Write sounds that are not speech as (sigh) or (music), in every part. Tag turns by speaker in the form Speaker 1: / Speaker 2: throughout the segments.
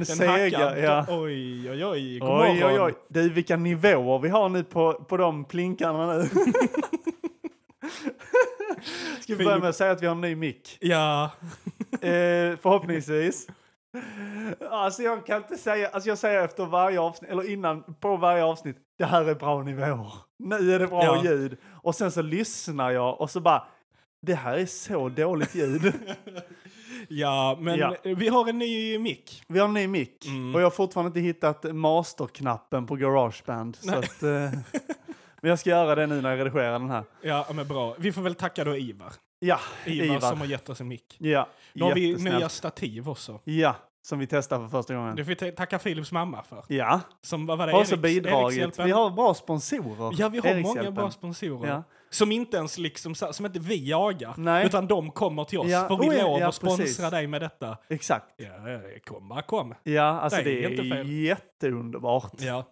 Speaker 1: Den
Speaker 2: sega.
Speaker 1: hackad.
Speaker 2: Ja.
Speaker 1: Oj, oj, oj. God
Speaker 2: Oj, oj,
Speaker 1: morgon.
Speaker 2: oj. Du, vilka nivåer vi har nu på, på de plinkarna
Speaker 1: (laughs)
Speaker 2: nu. Ska vi börja med att säga att vi har en ny mick?
Speaker 1: Ja,
Speaker 2: Eh, förhoppningsvis. Alltså jag kan inte säga, alltså jag säger efter varje avsnitt, eller innan, på varje avsnitt, det här är bra nivåer. Nu är det bra
Speaker 1: Ja.
Speaker 2: ljud. Och sen så lyssnar jag och så bara, det här är så dåligt ljud.
Speaker 1: ja men
Speaker 2: Ja.
Speaker 1: vi har en ny mick.
Speaker 2: Vi har en ny mick
Speaker 1: Mm.
Speaker 2: och jag har fortfarande inte hittat masterknappen på garageband. Så att, eh,
Speaker 1: (laughs)
Speaker 2: men jag ska göra det nu när jag redigerar den här.
Speaker 1: Ja, men bra. Vi får väl tacka då Ivar.
Speaker 2: Ja,
Speaker 1: Ivar,
Speaker 2: Ivar.
Speaker 1: som har gett oss en mick.
Speaker 2: Ja,
Speaker 1: Nu har vi
Speaker 2: jättesnällt.
Speaker 1: nya stativ också.
Speaker 2: Ja, som vi testar för första gången.
Speaker 1: Det får vi ta- tacka Philips mamma för.
Speaker 2: Ja,
Speaker 1: Som vad var det?
Speaker 2: har också
Speaker 1: Eriks-
Speaker 2: bidragit.
Speaker 1: Erikshjälpen?
Speaker 2: Vi har bra sponsorer.
Speaker 1: Ja, vi har många
Speaker 2: Erikshjälpen.
Speaker 1: bra sponsorer.
Speaker 2: Ja.
Speaker 1: Som inte ens liksom, så- som inte vi jagar,
Speaker 2: Nej.
Speaker 1: utan de kommer till oss.
Speaker 2: Ja,
Speaker 1: Får vi
Speaker 2: oh ja,
Speaker 1: lov
Speaker 2: ja,
Speaker 1: att sponsra
Speaker 2: precis.
Speaker 1: dig med detta?
Speaker 2: Exakt.
Speaker 1: Ja, ja, kom bara kom.
Speaker 2: Ja, alltså
Speaker 1: Nej,
Speaker 2: det är
Speaker 1: inte fel.
Speaker 2: jätteunderbart.
Speaker 1: Ja.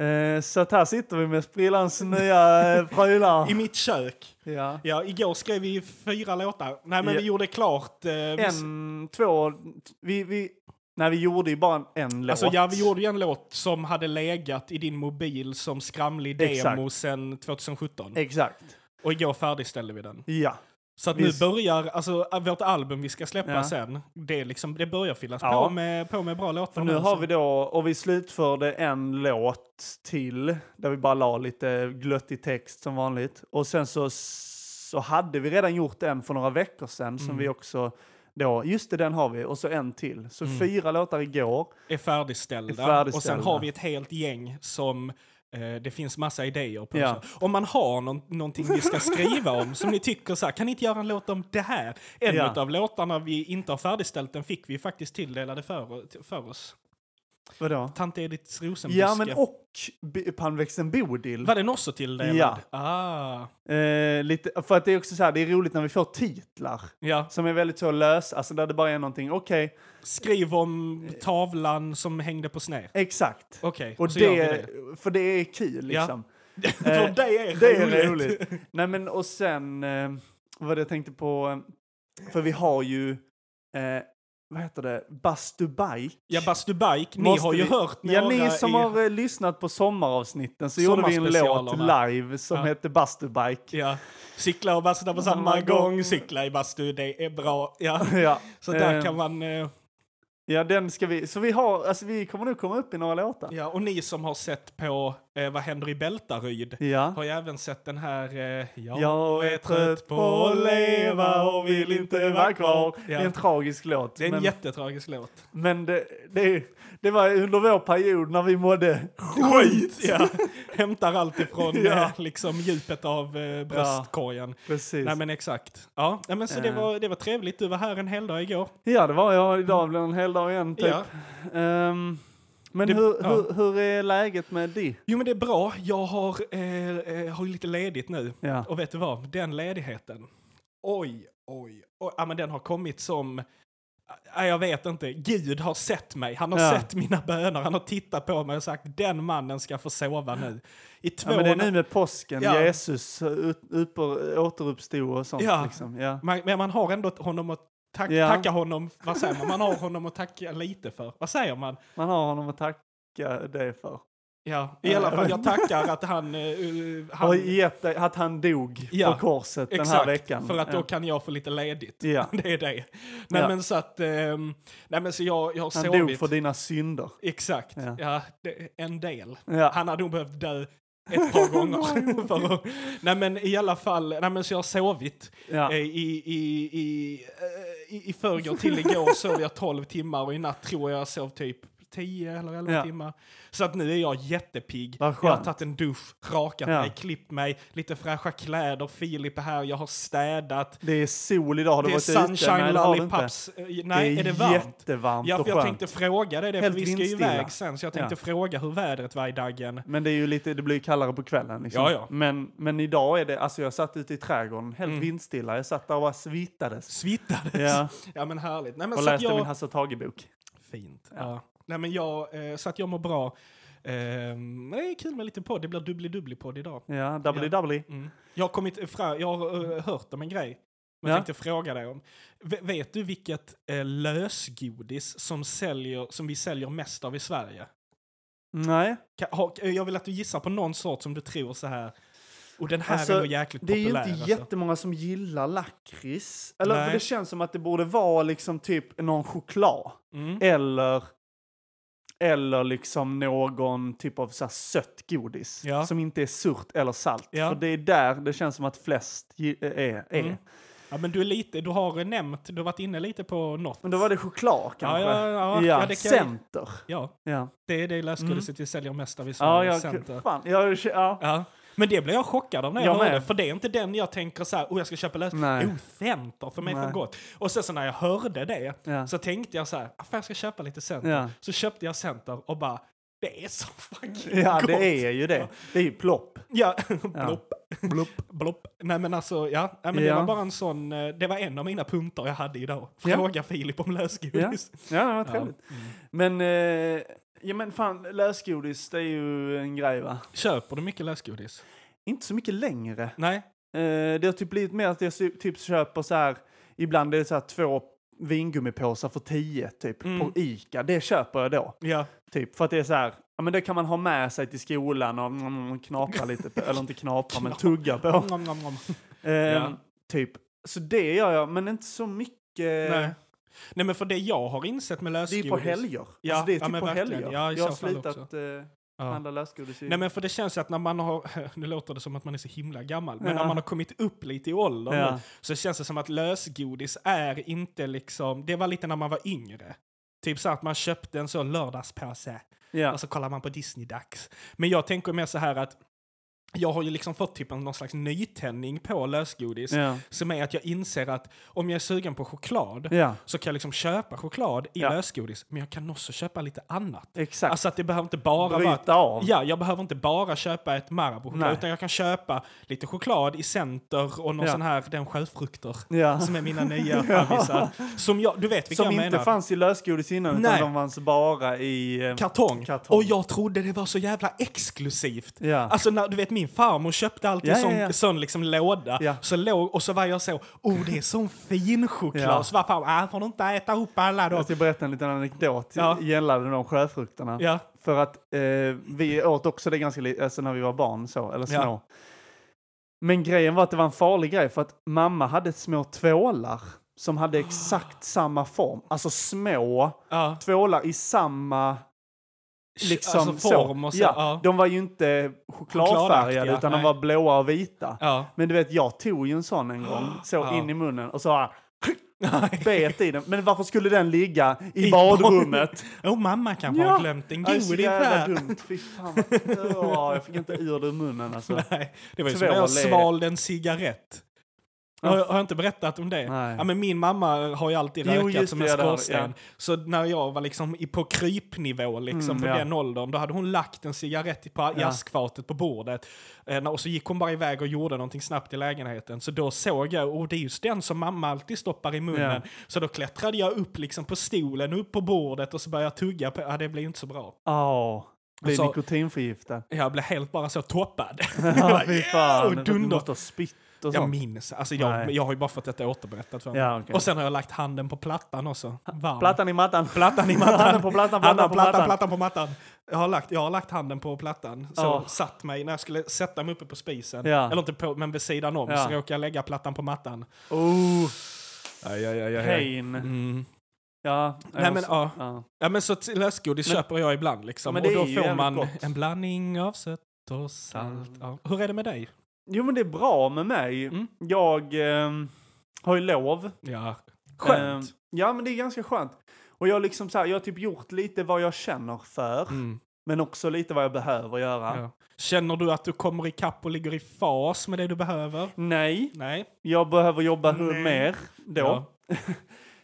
Speaker 2: Eh, så att här sitter vi med sprillans nya eh, prylar.
Speaker 1: (laughs) I mitt kök.
Speaker 2: Ja.
Speaker 1: Ja, igår skrev vi fyra låtar. Nej, men
Speaker 2: Ja.
Speaker 1: vi gjorde klart. Eh, vi,
Speaker 2: En, två, vi, vi, nej vi gjorde ju bara en, en låt.
Speaker 1: alltså, ja, vi gjorde ju en låt som hade legat i din mobil som skramlig demo
Speaker 2: Exakt.
Speaker 1: sedan 2017.
Speaker 2: Exakt.
Speaker 1: Och igår färdigställde vi den.
Speaker 2: Ja.
Speaker 1: Så att
Speaker 2: Visst.
Speaker 1: nu börjar, alltså vårt album vi ska släppa
Speaker 2: Ja.
Speaker 1: sen, det, liksom, det börjar fyllas
Speaker 2: Ja.
Speaker 1: på, med, på med bra låtar.
Speaker 2: För nu
Speaker 1: alltså.
Speaker 2: har vi då, och vi slutförde en låt till där vi bara la lite glöttig text som vanligt. Och sen så, så hade vi redan gjort en för några veckor sedan som
Speaker 1: Mm.
Speaker 2: vi också då, just det den har vi, och så en till. Så
Speaker 1: Mm.
Speaker 2: fyra låtar igår.
Speaker 1: är färdigställda.
Speaker 2: Är färdigställda.
Speaker 1: Och sen har vi ett helt gäng som eh, det finns massa idéer på.
Speaker 2: Ja.
Speaker 1: Så Om man har någon, någonting vi ska skriva om som ni tycker så här, kan ni inte göra en låt om det här? En
Speaker 2: Ja.
Speaker 1: av låtarna vi inte har färdigställt, den fick vi faktiskt tilldelade för, för oss.
Speaker 2: Vadå?
Speaker 1: Tant Ediths rosenbuske.
Speaker 2: Ja men och b- Palmväxten Bodil.
Speaker 1: Var den också tilldelad?
Speaker 2: Ja.
Speaker 1: Ah,
Speaker 2: Eh, lite, för att det är också så här, det är roligt när vi får titlar.
Speaker 1: ja.
Speaker 2: Som är väldigt så lös, alltså där det bara är någonting, okej,
Speaker 1: Skriv om tavlan som hängde på sned.
Speaker 2: exakt.
Speaker 1: Okej,
Speaker 2: Och
Speaker 1: så
Speaker 2: det,
Speaker 1: gör vi det.
Speaker 2: För det är kul liksom.
Speaker 1: (laughs) För
Speaker 2: Eh,
Speaker 1: det är
Speaker 2: Det är
Speaker 1: roligt.
Speaker 2: roligt. Nej men och sen, eh, vad jag tänkte på, eh, för vi har ju, eh, vad heter det, Bastubike.
Speaker 1: Ja, Bastu Bike, ni
Speaker 2: Måste
Speaker 1: har ju
Speaker 2: vi-
Speaker 1: hört några
Speaker 2: Ja, ni som
Speaker 1: i...
Speaker 2: har eh, lyssnat på sommaravsnitten så gjorde vi en låt
Speaker 1: Sommarspecialerna.
Speaker 2: live som
Speaker 1: Ja.
Speaker 2: hette Bastubike.
Speaker 1: Ja. Cykla och basta på samma gång, cykla i bastu, det är bra. Ja.
Speaker 2: (laughs) Ja.
Speaker 1: Så där
Speaker 2: Eh,
Speaker 1: kan man... eh,
Speaker 2: Ja, den ska vi, så vi har, alltså vi kommer nog komma upp i några låtar.
Speaker 1: Ja, och ni som har sett på eh, Vad händer i Bältaryd
Speaker 2: Ja.
Speaker 1: har ju även sett den här... Eh, jag,
Speaker 2: Jag är trött på att leva och vill inte vara kvar. Det
Speaker 1: Ja.
Speaker 2: är en tragisk låt.
Speaker 1: Det är en
Speaker 2: men
Speaker 1: jättetragisk låt.
Speaker 2: men det, det, det var under vår period när vi mådde skit.
Speaker 1: (laughs) Ja. Hämtar allt (laughs) ifrån
Speaker 2: Ja.
Speaker 1: eh, liksom, djupet av eh, bröstkorgen.
Speaker 2: Precis.
Speaker 1: Nej men exakt. Ja, nej, men så det,
Speaker 2: Eh.
Speaker 1: var, det var trevligt. Du var här en hel dag igår.
Speaker 2: Ja, det var jag. Idag blev det en hel dag igen typ.
Speaker 1: Ja.
Speaker 2: Ehm, men
Speaker 1: Det-
Speaker 2: hur,
Speaker 1: ja.
Speaker 2: hur, hur är läget med dig?
Speaker 1: Jo men det är bra. Jag har, eh, eh, har ju lite ledigt nu.
Speaker 2: Ja.
Speaker 1: Och vet du vad? Den ledigheten. Oj, oj, oj. Ja, men den har kommit som... Ja, jag vet inte. Gud har sett mig. Han har
Speaker 2: Ja.
Speaker 1: sett mina böner. Han har tittat på mig och sagt den mannen ska få sova nu. I två
Speaker 2: Ja, men det är nu med påsken,
Speaker 1: Ja.
Speaker 2: Jesus ut, upp, återuppstod och sånt.
Speaker 1: Ja.
Speaker 2: Liksom. Ja.
Speaker 1: man, men man har ändå honom att tack,
Speaker 2: Ja.
Speaker 1: tacka honom. Vad säger man? Man har honom att tacka lite för. Vad säger man?
Speaker 2: Man har honom att tacka dig för.
Speaker 1: Ja, i alla fall jag tackar att han... eh, eh, han
Speaker 2: Och gett dig att han dog
Speaker 1: Ja,
Speaker 2: på korset den här
Speaker 1: Exakt,
Speaker 2: veckan.
Speaker 1: för att då
Speaker 2: Ja.
Speaker 1: kan jag få lite ledigt. (laughs)
Speaker 2: Ja.
Speaker 1: Det är det. Nej
Speaker 2: Ja.
Speaker 1: men så att, ehm, nej men så jag, jag har
Speaker 2: Han
Speaker 1: sovit.
Speaker 2: dog för dina synder.
Speaker 1: Exakt.
Speaker 2: Ja.
Speaker 1: Ja. det, en del.
Speaker 2: Ja.
Speaker 1: Han hade nog behövt dö
Speaker 2: (laughs)
Speaker 1: ett par gånger. (laughs) för att, nej men i alla fall, nej men så jag har sovit.
Speaker 2: Ja.
Speaker 1: Eh, I, i, i, eh, i, i förrgår
Speaker 2: (laughs)
Speaker 1: till igår sov jag 12 timmar och i natt tror jag jag sov typ 10 eller 11
Speaker 2: Ja.
Speaker 1: timmar. Så att nu är jag jättepigg.
Speaker 2: Vad
Speaker 1: Jag har
Speaker 2: skönt.
Speaker 1: tagit en dusch, rakat
Speaker 2: Ja.
Speaker 1: mig, klippt mig, lite fräscha kläder, Filip är här, jag har städat.
Speaker 2: Det är sol idag, har du
Speaker 1: Det är
Speaker 2: varit ute?
Speaker 1: sunshine
Speaker 2: Nej, det har du inte.
Speaker 1: lollipops. Eh, Nej, är, det varmt?
Speaker 2: jättevarmt
Speaker 1: Ja,
Speaker 2: och
Speaker 1: för jag
Speaker 2: skönt.
Speaker 1: tänkte fråga dig det, för
Speaker 2: Helt
Speaker 1: vi ska ju
Speaker 2: vindstilla.
Speaker 1: iväg sen, så jag tänkte
Speaker 2: Ja.
Speaker 1: fråga hur vädret var i dagen.
Speaker 2: Men det, är ju lite, det blir ju kallare på kvällen. Liksom.
Speaker 1: Ja, ja. Mm.
Speaker 2: Men, men idag är det, alltså jag satt ute i trädgården helt vindstilla. Jag satt där och bara
Speaker 1: (laughs)
Speaker 2: svitades.
Speaker 1: Svittades.
Speaker 2: Ja.
Speaker 1: Ja, men härligt. Nej, men
Speaker 2: Och
Speaker 1: så att
Speaker 2: läste
Speaker 1: jag...
Speaker 2: min Hasse och Tage-bok.
Speaker 1: Fint. Ja. Nej, men jag, eh, så att jag mår bra. Ehm, nej, det är kul med lite podd. Det blir dubbli-dubbli-podd idag.
Speaker 2: Ja, www.
Speaker 1: Mm. Jag har kommit fra, jag har eh, hört om en grej. Men
Speaker 2: Ja.
Speaker 1: jag tänkte fråga dig om. V- vet du vilket eh, lösgodis som, säljer, som vi säljer mest av i Sverige?
Speaker 2: Nej.
Speaker 1: Ka- ha, eh, jag vill att du gissar på någon sort som du tror så här. Och den här
Speaker 2: Alltså,
Speaker 1: är nog jäkligt
Speaker 2: Det är ju
Speaker 1: populär.
Speaker 2: inte
Speaker 1: alltså.
Speaker 2: jättemånga som gillar lakrits. Eller för
Speaker 1: Nej.
Speaker 2: det känns som att det borde vara liksom typ någon choklad.
Speaker 1: Mm.
Speaker 2: Eller, eller liksom någon typ av så här sött godis.
Speaker 1: Ja.
Speaker 2: Som inte är surt eller salt.
Speaker 1: Ja.
Speaker 2: För det är där det känns som att flest gi- är. är.
Speaker 1: Mm. Ja, men du, är lite, du har nämnt, du har varit inne lite på något.
Speaker 2: Men då var det choklad
Speaker 1: ja,
Speaker 2: kanske?
Speaker 1: ja, ja, ja,
Speaker 2: Ja,
Speaker 1: det kan jag,
Speaker 2: center.
Speaker 1: ja,
Speaker 2: Ja,
Speaker 1: det är det lösgodiset vi säljer mest av i
Speaker 2: ja,
Speaker 1: Sverige.
Speaker 2: jag,
Speaker 1: Center.
Speaker 2: fan, jag, ja.
Speaker 1: (laughs) Ja. Men det blev jag chockad av när jag,
Speaker 2: Jag
Speaker 1: hörde,
Speaker 2: med.
Speaker 1: för det är inte den jag tänker så här, oh jag ska köpa lös.
Speaker 2: Nej.
Speaker 1: Oh, center, för mig är
Speaker 2: Nej.
Speaker 1: för gott. Och sen så när jag hörde det,
Speaker 2: Ja.
Speaker 1: så tänkte jag så här, "Ah, fan, jag ska köpa lite center.
Speaker 2: Ja.
Speaker 1: Så köpte jag center och bara, det är så fucking
Speaker 2: ja,
Speaker 1: gott.
Speaker 2: det är ju det. Det är ju plopp.
Speaker 1: Ja, (laughs) blopp. Blopp. blopp. Nej men alltså, ja. Nej, men
Speaker 2: Ja.
Speaker 1: Det var bara en sån, eh, det var en av mina punkter jag hade idag.
Speaker 2: Ja.
Speaker 1: Fråga Filip
Speaker 2: (laughs)
Speaker 1: om
Speaker 2: Ja,
Speaker 1: lösgodis.
Speaker 2: ja vad
Speaker 1: Ja. Mm.
Speaker 2: trevligt. Men, eh, ja, men fan, lösgodis det är ju en grej va?
Speaker 1: Köper du mycket lösgodis?
Speaker 2: Inte så mycket längre.
Speaker 1: Nej.
Speaker 2: Eh, det har typ blivit mer att jag sy- typ köper så här, ibland är det så här två vingummipåsar för tio typ
Speaker 1: Mm.
Speaker 2: på Ica. Det köper jag då.
Speaker 1: Ja.
Speaker 2: Typ, för att det är så här, ja men det kan man ha med sig till skolan och mm, knapra lite på, eller inte knapra
Speaker 1: (laughs)
Speaker 2: men tugga på.
Speaker 1: Nom, nom, nom.
Speaker 2: Ehm,
Speaker 1: Ja.
Speaker 2: Typ. Så det gör jag, men inte så mycket.
Speaker 1: Nej. Nej men för det jag har insett med
Speaker 2: Det är
Speaker 1: lösgodis.
Speaker 2: ju på helger.
Speaker 1: Ja,
Speaker 2: alltså, det är
Speaker 1: ja,
Speaker 2: typ
Speaker 1: men
Speaker 2: på
Speaker 1: verkligen.
Speaker 2: helger.
Speaker 1: Ja, i
Speaker 2: jag har
Speaker 1: så fall
Speaker 2: slutat
Speaker 1: också.
Speaker 2: eh,
Speaker 1: Ja.
Speaker 2: handla lösgodis i...
Speaker 1: Nej men för det känns ju att när man har, (laughs) nu låter det som att man är så himla gammal, men
Speaker 2: Ja.
Speaker 1: när man har kommit upp lite i åldern
Speaker 2: Ja.
Speaker 1: nu, så känns det som att lösgodis är inte liksom, det var lite när man var yngre. Typ så att man köpte en sån lördagspåse
Speaker 2: ja.
Speaker 1: och så kollar man på Disney-dags. Men jag tänker mer så här att jag har ju liksom fått typ en- någon slags nytändning på lösgodis
Speaker 2: ja.
Speaker 1: som är att jag inser att om jag är sugen på choklad
Speaker 2: ja,
Speaker 1: så kan jag liksom köpa choklad i
Speaker 2: Ja.
Speaker 1: lösgodis, men jag kan också köpa lite annat.
Speaker 2: exakt.
Speaker 1: Alltså att det behöver inte bara vara att
Speaker 2: Bryta av.
Speaker 1: Ja, jag behöver inte bara köpa ett Marabou-choklad,
Speaker 2: Nej.
Speaker 1: utan jag kan köpa lite choklad i Center och någon
Speaker 2: Ja.
Speaker 1: sån här, den sjöfrukter,
Speaker 2: (laughs) Ja.
Speaker 1: som är mina nya favvisar. Som jag, du vet vilka
Speaker 2: Som
Speaker 1: jag
Speaker 2: inte
Speaker 1: menar.
Speaker 2: fanns i lösgodis innan, utan
Speaker 1: Nej.
Speaker 2: de fanns bara i... eh,
Speaker 1: Kartong.
Speaker 2: Kartong.
Speaker 1: Och jag trodde det var så jävla exklusivt.
Speaker 2: Ja.
Speaker 1: Alltså när, du vet min farmor köpte alltid
Speaker 2: Ja,
Speaker 1: en
Speaker 2: ja,
Speaker 1: sån,
Speaker 2: ja.
Speaker 1: sån liksom låda.
Speaker 2: Ja.
Speaker 1: Så låg, och så var jag så, oh det är sån fin choklad.
Speaker 2: Ja.
Speaker 1: Så var farmor, ah får du inte äta upp alla då?
Speaker 2: Jag ska berätta en liten anekdot
Speaker 1: Ja.
Speaker 2: gällande de sjöfrukterna.
Speaker 1: Ja.
Speaker 2: För att eh, vi åt också det ganska lite, alltså när vi var barn så, eller små.
Speaker 1: Ja.
Speaker 2: Men grejen var att det var en farlig grej för att mamma hade små tvålar som
Speaker 1: Ah.
Speaker 2: hade exakt samma form. Alltså små
Speaker 1: ja.
Speaker 2: tvålar i samma liksom
Speaker 1: alltså form och så.
Speaker 2: Ja,
Speaker 1: Ja.
Speaker 2: De var ju inte chokladfärgade
Speaker 1: Chokladaktiga,
Speaker 2: utan de
Speaker 1: nej.
Speaker 2: var blåa och vita.
Speaker 1: ja.
Speaker 2: Men du vet, jag tog ju en sån en
Speaker 1: (gasps)
Speaker 2: gång, så
Speaker 1: Ja.
Speaker 2: in i munnen och så här,
Speaker 1: (laughs) Nej.
Speaker 2: bet i den. Men varför skulle den ligga i,
Speaker 1: I
Speaker 2: badrummet?
Speaker 1: Oh, mamma kanske har glömt en
Speaker 2: Ja, Alltså, det är så jävla
Speaker 1: godis här.
Speaker 2: dumt. Fy fan.
Speaker 1: (laughs)
Speaker 2: vad- Åh, jag fick inte ur det ur munnen alltså.
Speaker 1: Nej, det var ju som
Speaker 2: Tvål
Speaker 1: när
Speaker 2: är-
Speaker 1: jag svalde en cigarett.
Speaker 2: Ja.
Speaker 1: Har jag, har jag inte berättat om det?
Speaker 2: Nej.
Speaker 1: Ja, men min mamma har ju alltid
Speaker 2: Jo,
Speaker 1: rökat
Speaker 2: just
Speaker 1: som
Speaker 2: det,
Speaker 1: en
Speaker 2: ja, det har du,
Speaker 1: skorsten. Så när jag var liksom i- på krypnivå, liksom,
Speaker 2: Mm,
Speaker 1: på
Speaker 2: ja.
Speaker 1: den åldern, då hade hon lagt en cigarett i, på, i
Speaker 2: Ja.
Speaker 1: askfatet på bordet. Eh, och så gick hon bara iväg och gjorde någonting snabbt i lägenheten. Så då såg jag, och det är just den som mamma alltid stoppar i munnen.
Speaker 2: Ja.
Speaker 1: Så då klättrade jag upp liksom på stolen, upp på bordet och så började jag tugga på, ja det blev inte så bra.
Speaker 2: Åh, blir
Speaker 1: Alltså- (laughs)
Speaker 2: nikotinförgiftad.
Speaker 1: Jag blev helt bara så toppad.
Speaker 2: (laughs) Ja,
Speaker 1: (laughs)
Speaker 2: fy fan. alltså,
Speaker 1: och
Speaker 2: du
Speaker 1: dunder.
Speaker 2: måste ha spytt och
Speaker 1: Jag
Speaker 2: sånt.
Speaker 1: minns. Alltså
Speaker 2: Nej.
Speaker 1: jag, jag har ju bara fått detta återberättat för mig.
Speaker 2: Ja, okej.
Speaker 1: Och sen har jag lagt handen på plattan också. Varm.
Speaker 2: Plattan i mattan.
Speaker 1: (laughs) Plattan i mattan.
Speaker 2: Handen på plattan, plattan
Speaker 1: Handen
Speaker 2: på
Speaker 1: plattan,
Speaker 2: plattan.
Speaker 1: plattan på mattan. Jag har lagt, jag har lagt handen på plattan. Så
Speaker 2: Ja.
Speaker 1: satt mig, när jag skulle sätta mig uppe på spisen,
Speaker 2: Ja.
Speaker 1: eller inte på, men vid sidan om,
Speaker 2: Ja.
Speaker 1: så råkade jag lägga plattan på mattan.
Speaker 2: Oh,
Speaker 1: Aj, aj, aj,
Speaker 2: pain.
Speaker 1: Mm.
Speaker 2: Ja.
Speaker 1: Nej, men, ja.
Speaker 2: ja.
Speaker 1: Ja men så t- lösgodis
Speaker 2: Men-
Speaker 1: köper jag ibland liksom.
Speaker 2: Men
Speaker 1: Men
Speaker 2: det
Speaker 1: och då
Speaker 2: är ju
Speaker 1: får
Speaker 2: jävligt
Speaker 1: man
Speaker 2: gott. Mm.
Speaker 1: en blandning av sött och salt. Ja. Hur är det med dig?
Speaker 2: Jo, men det är bra med mig.
Speaker 1: Mm.
Speaker 2: Jag ehm, har ju lov.
Speaker 1: Ja.
Speaker 2: Ehm,
Speaker 1: Skönt.
Speaker 2: ja, men det är ganska skönt. Och jag, har liksom så här, jag har typ gjort lite vad jag känner för,
Speaker 1: Mm.
Speaker 2: men också lite vad jag behöver göra.
Speaker 1: Ja. Känner du att du kommer ikapp och ligger i fas med det du behöver?
Speaker 2: Nej,
Speaker 1: Nej.
Speaker 2: jag behöver jobba hu-
Speaker 1: Nej.
Speaker 2: mer då.
Speaker 1: Ja.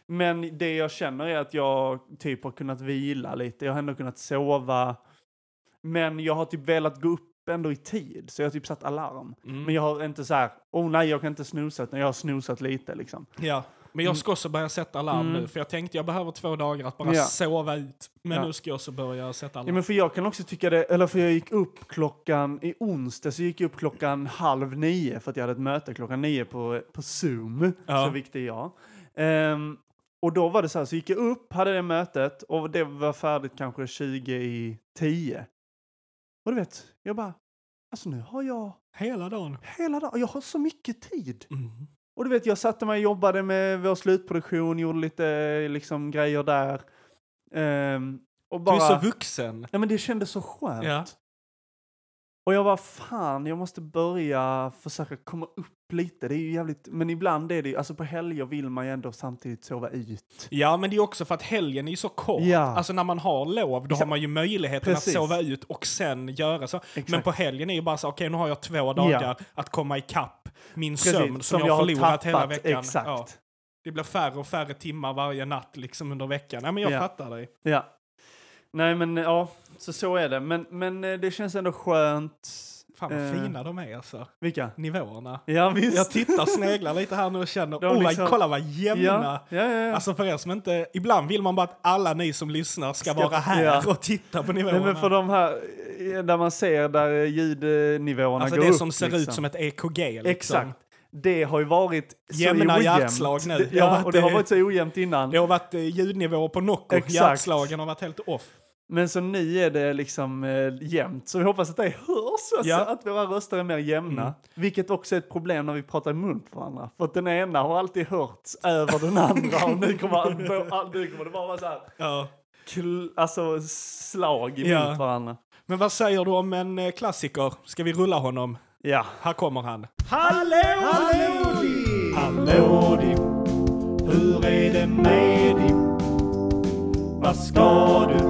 Speaker 2: Men det jag känner är att jag typ har kunnat vila lite. Jag har ändå kunnat sova. Men jag har typ velat gå upp ändå i tid, så jag har typ satt alarm.
Speaker 1: Mm.
Speaker 2: Men jag har inte så här, oh nej, jag kan inte snusa, utan jag har snusat lite liksom.
Speaker 1: Ja, Men jag ska också börja sätta larm
Speaker 2: Mm.
Speaker 1: nu, för jag tänkte jag behöver två dagar att bara
Speaker 2: Ja.
Speaker 1: sova ut. Men
Speaker 2: Ja.
Speaker 1: nu ska jag också börja sätta
Speaker 2: Ja,
Speaker 1: larm.
Speaker 2: men för jag kan också tycka det, eller för jag gick upp klockan, i onsdag så gick jag upp klockan halv nio för att jag hade ett möte klockan nio på, på Zoom,
Speaker 1: Ja.
Speaker 2: så viktig är jag. Ehm, och då var det så här, så gick jag upp, hade det mötet och det var färdigt kanske 20 i 10. Och du vet, jag bara, alltså nu har jag
Speaker 1: Hela dagen.
Speaker 2: hela dagen, jag har så mycket tid.
Speaker 1: Mm.
Speaker 2: Och du vet, jag satte mig och jobbade med vår slutproduktion, gjorde lite eh, liksom grejer där. Ehm, och
Speaker 1: Du
Speaker 2: bara...
Speaker 1: är så vuxen.
Speaker 2: Ja, men det kändes så skönt.
Speaker 1: Ja.
Speaker 2: Och jag var fan, jag måste börja försöka komma upp lite. Det är ju jävligt, men ibland är det ju, alltså på helger vill man ju ändå samtidigt sova ut.
Speaker 1: Ja, men det är också för att helgen är ju så kort.
Speaker 2: Ja.
Speaker 1: Alltså när man har lov, då har man ju möjligheten
Speaker 2: Precis.
Speaker 1: att sova ut och sen göra så. Men på helgen är ju bara så, okej nu har jag två dagar att komma ikapp min sömn som, jag har förlorat hela veckan. Ja.
Speaker 2: Exakt.
Speaker 1: Det blir färre och färre timmar varje natt liksom under veckan. Nej, men jag
Speaker 2: Ja.
Speaker 1: fattar dig.
Speaker 2: Ja. Nej, men ja, så så är det. Men, men eh, det känns ändå skönt.
Speaker 1: Fan vad
Speaker 2: Eh.
Speaker 1: fina de är alltså.
Speaker 2: Vilka?
Speaker 1: Nivåerna.
Speaker 2: Ja, visst.
Speaker 1: Jag tittar, sneglar lite här nu och känner,
Speaker 2: De
Speaker 1: oh,
Speaker 2: liksom-
Speaker 1: kolla vad jämna.
Speaker 2: ja, ja, ja, ja.
Speaker 1: Alltså för er som inte, ibland vill man bara att alla ni som lyssnar ska,
Speaker 2: Ska-
Speaker 1: vara här
Speaker 2: ja.
Speaker 1: och titta på nivåerna.
Speaker 2: Nej, men för de här, eh, där man ser där eh, ljudnivåerna
Speaker 1: alltså
Speaker 2: går
Speaker 1: det
Speaker 2: upp.
Speaker 1: som ser ut
Speaker 2: liksom.
Speaker 1: som ett EKG liksom.
Speaker 2: Exakt. Det har ju varit så
Speaker 1: Jämna
Speaker 2: ojämnt.
Speaker 1: hjärtslag nu.
Speaker 2: Det-
Speaker 1: Det har
Speaker 2: Ja,
Speaker 1: varit,
Speaker 2: och det har
Speaker 1: eh,
Speaker 2: varit så ojämnt innan.
Speaker 1: Det har varit eh, ljudnivåer på Nocco,
Speaker 2: Exakt.
Speaker 1: hjärtslagen har varit helt off.
Speaker 2: Men så nu är det liksom eh, jämnt. Så vi hoppas att det hörs, alltså,
Speaker 1: Ja.
Speaker 2: att våra röster är mer jämna.
Speaker 1: Mm.
Speaker 2: Vilket också är ett problem när vi pratar i mun på varandra. För att den ena har alltid hörts över den andra och nu kommer, nu kommer det bara vara så här,
Speaker 1: Ja.
Speaker 2: kl, alltså slag emot
Speaker 1: Ja.
Speaker 2: varandra.
Speaker 1: Men vad säger du om en eh, klassiker? Ska vi rulla honom?
Speaker 2: Ja.
Speaker 1: Här kommer han. Hallå!
Speaker 2: Hallå Dipp, hur är det med Dipp? Vad ska du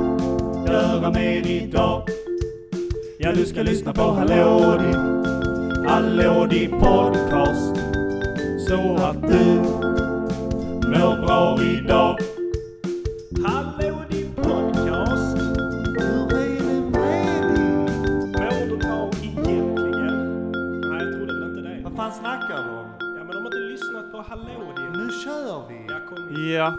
Speaker 2: göra mer idag? Ja, du ska lyssna på Hallå Dipp, Hallå Dipp podcast. Så att du mår bra idag. Hallå Dipp podcast. Hur är det med Dipp?
Speaker 1: Mår du bra egentligen? Nej, jag trodde väl inte det.
Speaker 2: Vad fan snackar du om?
Speaker 1: Ja, men de har inte lyssnat på Hallå din.
Speaker 2: Nu kör vi!
Speaker 1: Jag kom
Speaker 2: Ja,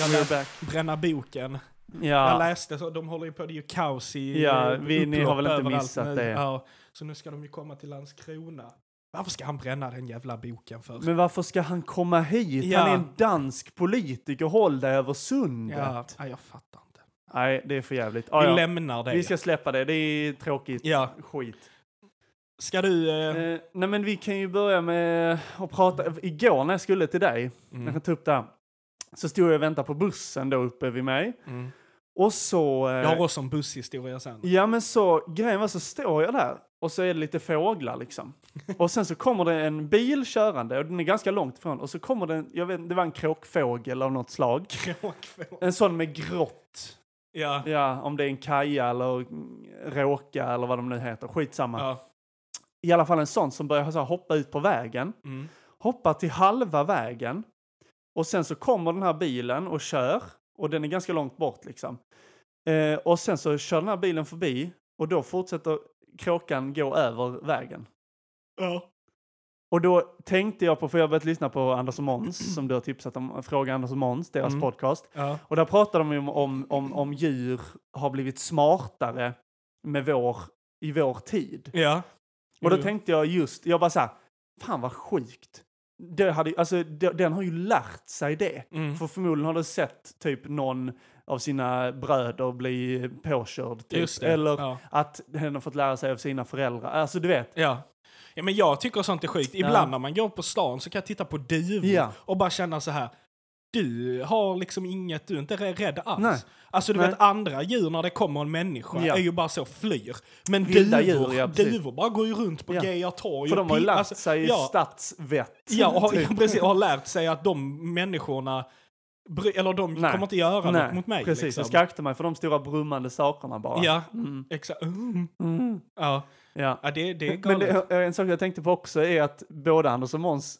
Speaker 1: jag
Speaker 2: we're
Speaker 1: lä-
Speaker 2: back.
Speaker 1: bränna boken. Jag
Speaker 2: Ja,
Speaker 1: läste, så de håller ju på, det är ju kaos i
Speaker 2: Ja,
Speaker 1: eh,
Speaker 2: vi- ni har
Speaker 1: upplopp
Speaker 2: väl inte
Speaker 1: överallt
Speaker 2: missat
Speaker 1: nu.
Speaker 2: det.
Speaker 1: Ja, så nu ska de ju komma till Landskrona. Varför ska han bränna den jävla boken för?
Speaker 2: men varför ska han komma hit?
Speaker 1: Ja.
Speaker 2: Han är en dansk politiker. Håll dig över sundet.
Speaker 1: ja, nej, jag fattar inte.
Speaker 2: Nej, det är för jävligt.
Speaker 1: Vi
Speaker 2: Ah, ja.
Speaker 1: lämnar det.
Speaker 2: Vi ska släppa det. Det är tråkigt.
Speaker 1: Ja,
Speaker 2: Skit.
Speaker 1: ska du... Eh,
Speaker 2: Eh, nej, men vi kan ju börja med att prata. Igår när jag skulle till dig, jag
Speaker 1: mm,
Speaker 2: kan ta upp det här, så stod jag och väntade på bussen då uppe vid mig.
Speaker 1: Mm.
Speaker 2: Och så... eh,
Speaker 1: Jag har också en busshistoria sen.
Speaker 2: Ja men så, grejen var så står jag där och så är det lite fåglar liksom. Och sen så kommer det en bil körande och den är ganska långt ifrån och så kommer den, jag vet inte, det var en kråkfågel av något slag.
Speaker 1: Kråkfågel.
Speaker 2: En sån med grått.
Speaker 1: (laughs) Ja.
Speaker 2: Ja, om det är en kaja eller mm, råka eller vad de nu heter, skitsamma.
Speaker 1: ja.
Speaker 2: I alla fall en sån som börjar så här, hoppa ut på vägen,
Speaker 1: Mm.
Speaker 2: hoppar till halva vägen och sen så kommer den här bilen och kör och den är ganska långt bort liksom. Eh, och sen så kör den här bilen förbi och då fortsätter kråkan gå över vägen.
Speaker 1: Ja.
Speaker 2: Och då tänkte jag på, för jag har börjat lyssna på Anders och Måns, som du har tipsat om, Fråga Anders och Måns, deras
Speaker 1: Mm.
Speaker 2: podcast.
Speaker 1: Ja.
Speaker 2: Och där pratar de ju om, om, om, om djur har blivit smartare med vår, i vår tid.
Speaker 1: ja.
Speaker 2: Och då
Speaker 1: Jo.
Speaker 2: tänkte jag just, jag bara så här, fan vad sjukt. Det hade, ju- alltså, de- den har ju lärt sig det.
Speaker 1: Mm.
Speaker 2: För förmodligen har den sett typ någon av sina bröder bli påkörd. Typ.
Speaker 1: Just det.
Speaker 2: Eller
Speaker 1: Ja.
Speaker 2: att den har fått lära sig av sina föräldrar. Alltså du vet.
Speaker 1: Ja. ja, men jag tycker sånt är sjukt. Ibland när man går på stan så kan jag titta på duvor
Speaker 2: Ja.
Speaker 1: och bara känna så här. Du har liksom inget, du är inte rädd alls.
Speaker 2: Nej.
Speaker 1: Alltså du
Speaker 2: Nej.
Speaker 1: vet andra djur när det kommer en människa
Speaker 2: Ja.
Speaker 1: är ju bara så flyr. Men
Speaker 2: Vilda
Speaker 1: duvor,
Speaker 2: djur, ja, precis.
Speaker 1: duvor bara går ju runt på
Speaker 2: Ja.
Speaker 1: gayer torg.
Speaker 2: För
Speaker 1: och
Speaker 2: de har ju
Speaker 1: pi-
Speaker 2: lärt
Speaker 1: alltså,
Speaker 2: sig
Speaker 1: ja.
Speaker 2: stadsvett.
Speaker 1: (laughs) Ja, och har,
Speaker 2: typ.
Speaker 1: ja, precis, och har lärt sig att de människorna, bry, eller de
Speaker 2: Nej.
Speaker 1: kommer inte göra
Speaker 2: Nej,
Speaker 1: något mot mig.
Speaker 2: Precis,
Speaker 1: liksom.
Speaker 2: jag ska akta mig för de stora brummande sakerna bara.
Speaker 1: Ja,
Speaker 2: Mm.
Speaker 1: exakt. Mm.
Speaker 2: Mm.
Speaker 1: Ja.
Speaker 2: ja.
Speaker 1: ja, det, det är
Speaker 2: Men
Speaker 1: galet.
Speaker 2: det, en sak jag tänkte på också är att både Anders och Måns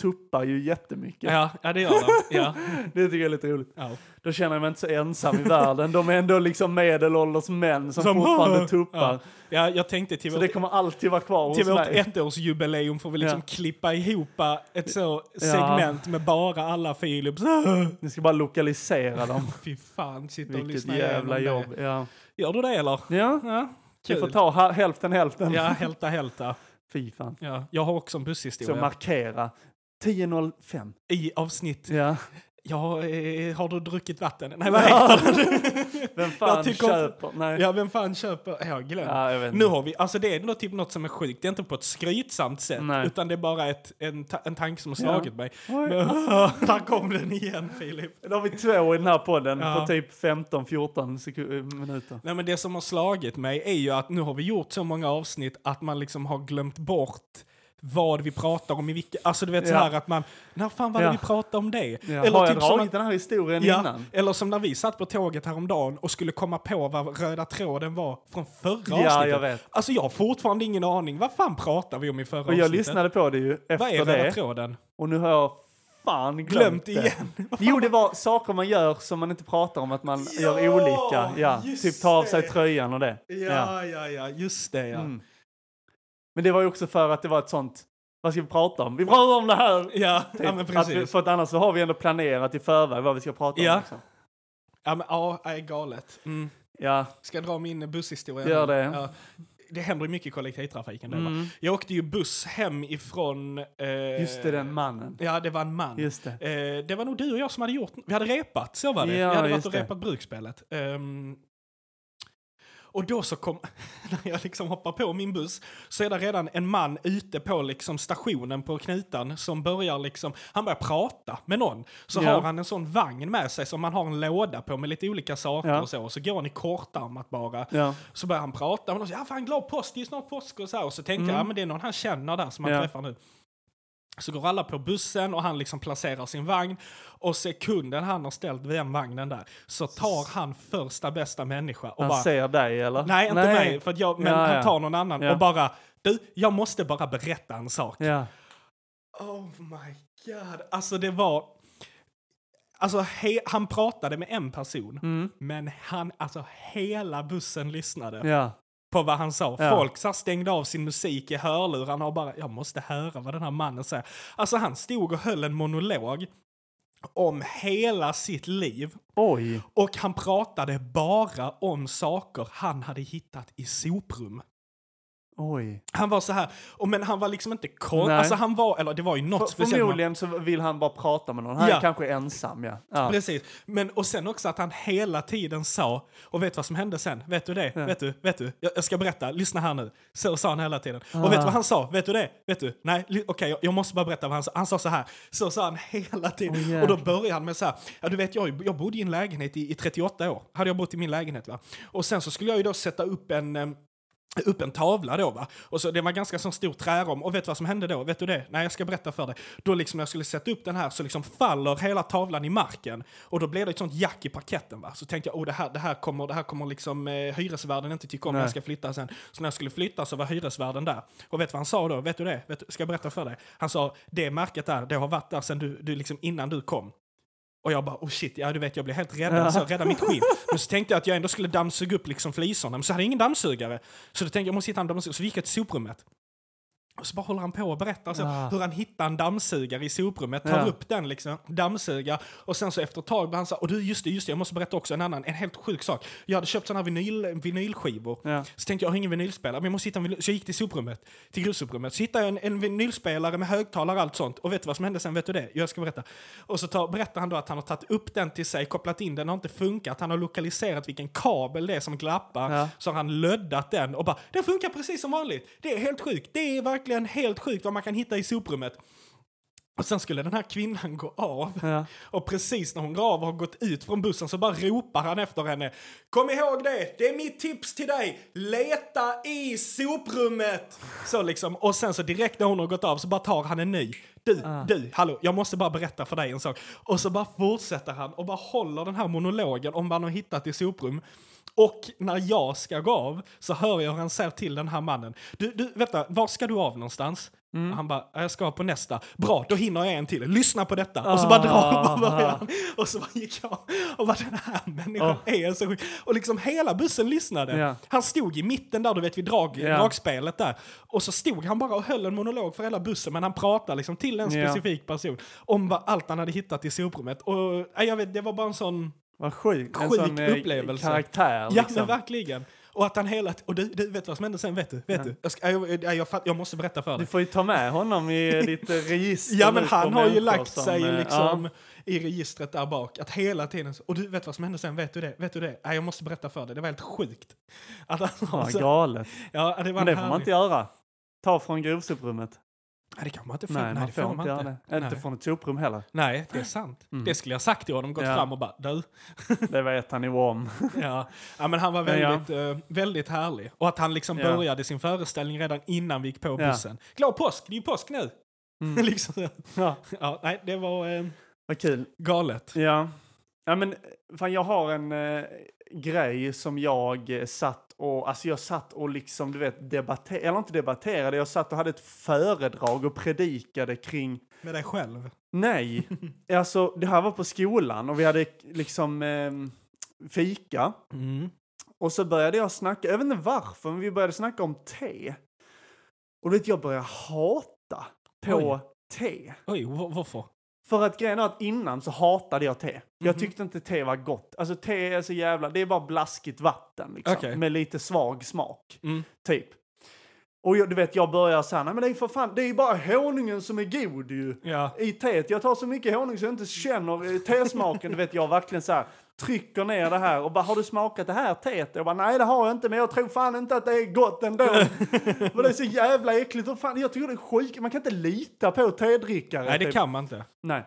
Speaker 2: tuppar ju jättemycket.
Speaker 1: Ja, ja det gör de. Ja.
Speaker 2: Det tycker jag är lite roligt.
Speaker 1: Ja.
Speaker 2: Då känner jag mig inte så ensam i världen. De är ändå liksom medelålders män som,
Speaker 1: Som,
Speaker 2: fortfarande
Speaker 1: "Åh!"
Speaker 2: tuppar.
Speaker 1: Ja. ja, jag tänkte till
Speaker 2: Så det
Speaker 1: vårt,
Speaker 2: kommer alltid vara kvar
Speaker 1: till
Speaker 2: hos
Speaker 1: vårt
Speaker 2: mig.
Speaker 1: ettårsjubileum får vi liksom klippa ihop ett så segment med bara
Speaker 2: (laughs)
Speaker 1: alla Philips.
Speaker 2: Ni ska bara lokalisera
Speaker 1: (laughs)
Speaker 2: dem.
Speaker 1: Fy fan, sitter och
Speaker 2: Vilket
Speaker 1: lyssnar
Speaker 2: jävla
Speaker 1: igenom
Speaker 2: jobb. Ja.
Speaker 1: Det. Gör du det eller?
Speaker 2: ja,
Speaker 1: Ja,
Speaker 2: vi får
Speaker 1: kul.
Speaker 2: ta ha- hälften hälften.
Speaker 1: Ja, hälta hälta.
Speaker 2: Fy fan.
Speaker 1: Ja. Jag har också en
Speaker 2: Så
Speaker 1: busshistoria.
Speaker 2: markera. 10.05.
Speaker 1: I avsnitt,
Speaker 2: Ja.
Speaker 1: ja, eh, har du druckit vatten? Nej, vad heter den?
Speaker 2: (laughs) Vem fan
Speaker 1: Jag tycker inte-
Speaker 2: köper? Nej.
Speaker 1: ja, vem fan köper? Jag har glömt.
Speaker 2: Ja, jag vet
Speaker 1: Nu
Speaker 2: inte.
Speaker 1: har vi, alltså det är ändå typ något som är sjukt, det är inte på ett skrytsamt sätt,
Speaker 2: Nej.
Speaker 1: utan det är bara ett, en, ta- en tanke som har slagit mig.
Speaker 2: (laughs) Oj.
Speaker 1: Men, där kom den igen Filip.
Speaker 2: Då har vi två i den här podden
Speaker 1: Ja.
Speaker 2: på typ 15-14 seku- eh, minuter.
Speaker 1: Nej men det som har slagit mig är ju att nu har vi gjort så många avsnitt att man liksom har glömt bort vad vi pratar om i vilka, alltså du vet så
Speaker 2: Ja.
Speaker 1: här att man, när fan var det
Speaker 2: Ja.
Speaker 1: vi pratade om det?
Speaker 2: Ja. har jag
Speaker 1: typ som
Speaker 2: dragit den här historien
Speaker 1: Ja,
Speaker 2: innan?
Speaker 1: eller som när vi satt på tåget häromdagen och skulle komma på vad röda tråden var från förra
Speaker 2: Ja,
Speaker 1: avsnittet.
Speaker 2: jag vet.
Speaker 1: Alltså jag har fortfarande ingen aning. Vad fan pratar vi om i förra
Speaker 2: Och jag
Speaker 1: avsnittet?
Speaker 2: lyssnade på det ju efter
Speaker 1: Vad är röda
Speaker 2: det.
Speaker 1: tråden?
Speaker 2: Och nu har jag fan glömt,
Speaker 1: Glömt
Speaker 2: det.
Speaker 1: igen. (laughs)
Speaker 2: Jo, det var saker man gör som man inte pratar om att man
Speaker 1: Ja,
Speaker 2: gör olika. Ja,
Speaker 1: just
Speaker 2: typ ta av sig
Speaker 1: det.
Speaker 2: tröjan och det.
Speaker 1: Ja, ja, ja, just det ja.
Speaker 2: Mm. Men det var ju också för att det var ett sånt, vad ska vi prata om? Vi pratar om det här!
Speaker 1: Ja,
Speaker 2: Typ.
Speaker 1: ja men
Speaker 2: att vi,
Speaker 1: precis.
Speaker 2: för att annars så har vi ändå planerat i förväg vad vi ska prata
Speaker 1: Ja.
Speaker 2: om. Liksom.
Speaker 1: Ja, men ja, är galet. Mm.
Speaker 2: Ja,
Speaker 1: Ska jag dra min busshistoria?
Speaker 2: Gör
Speaker 1: nu?
Speaker 2: det.
Speaker 1: Ja. Det händer ju mycket i kollektivtrafiken. Mm. Jag åkte ju buss hem ifrån... Eh,
Speaker 2: just det, den mannen.
Speaker 1: Ja, det var en man.
Speaker 2: Just det.
Speaker 1: Eh, det var nog du och jag som hade gjort, vi hade repat, så var det.
Speaker 2: Ja,
Speaker 1: vi hade varit
Speaker 2: just
Speaker 1: och
Speaker 2: det.
Speaker 1: repat brukspelet. Ehm, och då så kom, (laughs) när jag liksom hoppar på min buss, så är det redan en man ute på liksom stationen på Knutan som börjar liksom, han börjar prata med någon. Så
Speaker 2: Ja.
Speaker 1: har han en sån vagn med sig som man har en låda på med lite olika saker
Speaker 2: Ja.
Speaker 1: och så. Och så går han i kortarmat bara.
Speaker 2: Ja.
Speaker 1: Så börjar han prata, och de säger ja fan glad påsk, det är ju snart påsk och så här. Och så tänkte jag, ja men det är någon han känner där som han
Speaker 2: Mm. Ja.
Speaker 1: träffar nu. Så går alla på bussen och han liksom placerar sin vagn. Och sekunden han har ställt den vagnen där så tar han första bästa människa och
Speaker 2: Han
Speaker 1: bara...
Speaker 2: ser dig eller?
Speaker 1: Nej, inte mig, för att jag, men
Speaker 2: Ja, ja.
Speaker 1: han tar någon annan
Speaker 2: Ja.
Speaker 1: och bara... Du, jag måste bara berätta en sak.
Speaker 2: Ja.
Speaker 1: Oh my god. Alltså det var... Alltså he, han pratade med en person,
Speaker 2: Mm.
Speaker 1: men han, alltså hela bussen lyssnade
Speaker 2: Ja.
Speaker 1: på vad han sa.
Speaker 2: Ja.
Speaker 1: Folk så här stängde av sin musik i hörlurarna och bara, jag måste höra vad den här mannen säger. Alltså han stod och höll en monolog om hela sitt liv
Speaker 2: Oj.
Speaker 1: och han pratade bara om saker han hade hittat i soprum.
Speaker 2: Oj.
Speaker 1: Han var så här, och men han var liksom inte kon-
Speaker 2: Nej.
Speaker 1: alltså han var, eller det var ju något
Speaker 2: För,
Speaker 1: speciellt. med-
Speaker 2: förmodligen så vill han bara prata med någon. Han
Speaker 1: Ja.
Speaker 2: är kanske ensam. Ja. Ja.
Speaker 1: Precis. Men, och sen också att han hela tiden sa, och vet vad som hände sen? Vet du det? Vet du? Vet du? Jag, jag ska berätta, lyssna här nu. Så sa han hela tiden.
Speaker 2: Ah.
Speaker 1: Och vet du vad han sa? Vet du det? Vet du? Nej, li- okej, jag, jag måste bara berätta vad han sa. Han sa så här. Så sa han hela tiden.
Speaker 2: Åh, jäklar.
Speaker 1: och då började han med så här, ja du vet jag, jag bodde i en lägenhet i, i 38 år. Hade jag bott i min lägenhet va. Och sen så skulle jag ju då sätta upp en em, upp en tavla då va. Och så, det var ganska sån stor trärom. Och vet du vad som hände då? Vet du det? Nej, jag ska berätta för dig. Då liksom när jag skulle sätta upp den här så liksom faller hela tavlan i marken. Och då blev det ett sånt jack i parketten va. Så tänkte jag, oh det här, det här kommer, det här kommer liksom eh, hyresvärden inte tycka om när jag ska flytta sen. Så när jag skulle flytta så var hyresvärden där. Och vet du vad han sa då? Vet du det? Vet du, ska jag berätta för dig? Han sa, det märket där, det har varit där sen du, du liksom innan du kom. Och jag bara, oh shit, ja du vet jag blev helt rädd, så jag räddade
Speaker 2: (laughs)
Speaker 1: mitt skinn. Men så tänkte jag att jag ändå skulle dammsuga upp liksom flisorna, men så hade jag ingen dammsugare. Så då tänkte jag, jag måste hitta en dammsugare. Så vi gick jag till soprummet. Och så bara håller han på och berättar så,
Speaker 2: Ja.
Speaker 1: hur han hittar en dammsugare i soprummet, tar
Speaker 2: Ja.
Speaker 1: upp den liksom, dammsugar. Och sen så efter ett tag blir han så här, och du just det, just det, jag måste berätta också en annan, en helt sjuk sak. Jag hade köpt sådana här vinyl, vinylskivor.
Speaker 2: Ja.
Speaker 1: Så tänkte jag, jag har ingen vinylspelare, men jag måste hitta en vinyl. Så jag gick till soprummet, till grusoprummet. Så hittade jag en, en vinylspelare med högtalare och allt sånt. Och vet du vad som hände sen? Vet du det? Jo, Jag ska berätta. Och så tar, berättar han då att han har tagit upp den till sig, kopplat in den, har inte funkat. Han har lokaliserat vilken kabel det är som glappar.
Speaker 2: Ja.
Speaker 1: Så har han löddat den och bara, den funkar precis som vanligt. Det är helt sjukt. Det är verkligen helt sjukt vad man kan hitta i soprummet. Och sen skulle den här kvinnan gå av.
Speaker 2: Ja.
Speaker 1: Och precis när hon går av och har gått ut från bussen så bara ropar han efter henne. Kom ihåg det, det är mitt tips till dig. Leta i soprummet! Så liksom. Och sen så direkt när hon har gått av så bara tar han en ny. Du, du, hallå, jag måste bara berätta för dig en sak. Och så bara fortsätter han och bara håller den här monologen om vad han har hittat i soprum. Och när jag ska gå av så hör jag hur han säger till den här mannen. Du, du, vänta, var ska du av någonstans?
Speaker 2: Mm.
Speaker 1: Och han bara, jag ska på nästa. Bra, då hinner jag en till. Lyssna på detta. Och
Speaker 2: Ah.
Speaker 1: så bara drar han på början. Och så bara gick jag och bara, den här människan
Speaker 2: Ja.
Speaker 1: är så sjuk. Och liksom hela bussen lyssnade.
Speaker 2: Ah." Ja.
Speaker 1: Han stod i mitten där, du vet vid drag,
Speaker 2: Ja.
Speaker 1: dragspelet där. Och så stod han bara och höll en monolog för hela bussen, men han pratade liksom till en
Speaker 2: Ja.
Speaker 1: specifik person om vad allt han hade hittat i soprummet. Och nej, jag vet, det var bara en sån...
Speaker 2: Vad sjukt. En
Speaker 1: Sjuk
Speaker 2: sån eh,
Speaker 1: upplevelse.
Speaker 2: karaktär.
Speaker 1: Ja, men
Speaker 2: liksom.
Speaker 1: verkligen. Och att han hela... Och du, du vet vad som hände sen, vet du? Vet du? Jag, ska, jag, jag, jag, fatt- jag måste berätta för dig.
Speaker 2: Du får ju ta med honom
Speaker 1: (laughs)
Speaker 2: i ditt eh, register.
Speaker 1: Ja, men
Speaker 2: nu på
Speaker 1: han har ju
Speaker 2: människor
Speaker 1: lagt
Speaker 2: som,
Speaker 1: sig
Speaker 2: eh,
Speaker 1: liksom i registret där bak. Att hela tiden... så- Och du, vet vad som hände sen? Vet du det? Vet du det? Nej, jag måste berätta för dig. Det var helt sjukt. (laughs) Att han
Speaker 2: Ja,
Speaker 1: var så-
Speaker 2: fan, galet.
Speaker 1: ja, det var
Speaker 2: Oh Men det får man
Speaker 1: Alltså, härligt.
Speaker 2: inte göra. Ta från grovsoprummet.
Speaker 1: Nej, det kan man inte få.
Speaker 2: Nej,
Speaker 1: Nej,
Speaker 2: man
Speaker 1: det
Speaker 2: får, inte göra det. Inte
Speaker 1: Nej.
Speaker 2: från ett soprum heller.
Speaker 1: Nej, det är sant. Det skulle jag sagt till honom. Gått
Speaker 2: Ja.
Speaker 1: fram och bara,
Speaker 2: (laughs)
Speaker 1: du.
Speaker 2: Det vet han ju
Speaker 1: (laughs)
Speaker 2: om.
Speaker 1: Ja. ja, men han var
Speaker 2: Men ja.
Speaker 1: väldigt, eh, väldigt härlig. Och att han liksom
Speaker 2: Ja.
Speaker 1: började sin föreställning redan innan vi gick på
Speaker 2: Ja.
Speaker 1: bussen. Glad påsk! Det är ju påsk nu!
Speaker 2: Mm.
Speaker 1: (laughs) liksom. så.
Speaker 2: Ja,
Speaker 1: ja, nej, det var eh,
Speaker 2: vad kul.
Speaker 1: galet.
Speaker 2: Ja. ja, men fan jag har en eh, grej som jag eh, satt och, alltså jag satt och liksom du vet debatterade, eller inte debatterade, jag satt och hade ett föredrag och predikade kring
Speaker 1: Med dig själv.
Speaker 2: Nej, alltså det här var på skolan och vi hade liksom eh, fika.
Speaker 1: Mm.
Speaker 2: Och så började jag snacka, jag vet inte varför, men vi började snacka om te. Och du vet, jag började hata på
Speaker 1: Oj.
Speaker 2: te.
Speaker 1: Oj, va- varför?
Speaker 2: För att grejen är att innan så hatade jag te.
Speaker 1: Mhm.
Speaker 2: Jag tyckte inte te var gott. Alltså te är så jävla, det är bara blaskigt vatten liksom.
Speaker 1: Okej.
Speaker 2: Med lite svag smak,
Speaker 1: Mm.
Speaker 2: typ. Och jag, du vet, jag börjar så här, nej men det är ju för fan, det är ju bara honungen som är god ju
Speaker 1: Ja.
Speaker 2: i teet. Jag tar så mycket honung så jag inte känner eh, tesmaken. Du vet, jag verkligen så här trycker ner det här och bara har du smakat det här teet? Jag bara nej det har jag inte men jag tror fan inte att det är gott
Speaker 1: (laughs)
Speaker 2: ändå. För det är så jävla äckligt. Och fan, jag tycker det är sjukt. Man kan inte lita på tedrickare.
Speaker 1: Nej, det
Speaker 2: typ.
Speaker 1: kan man inte.
Speaker 2: Nej.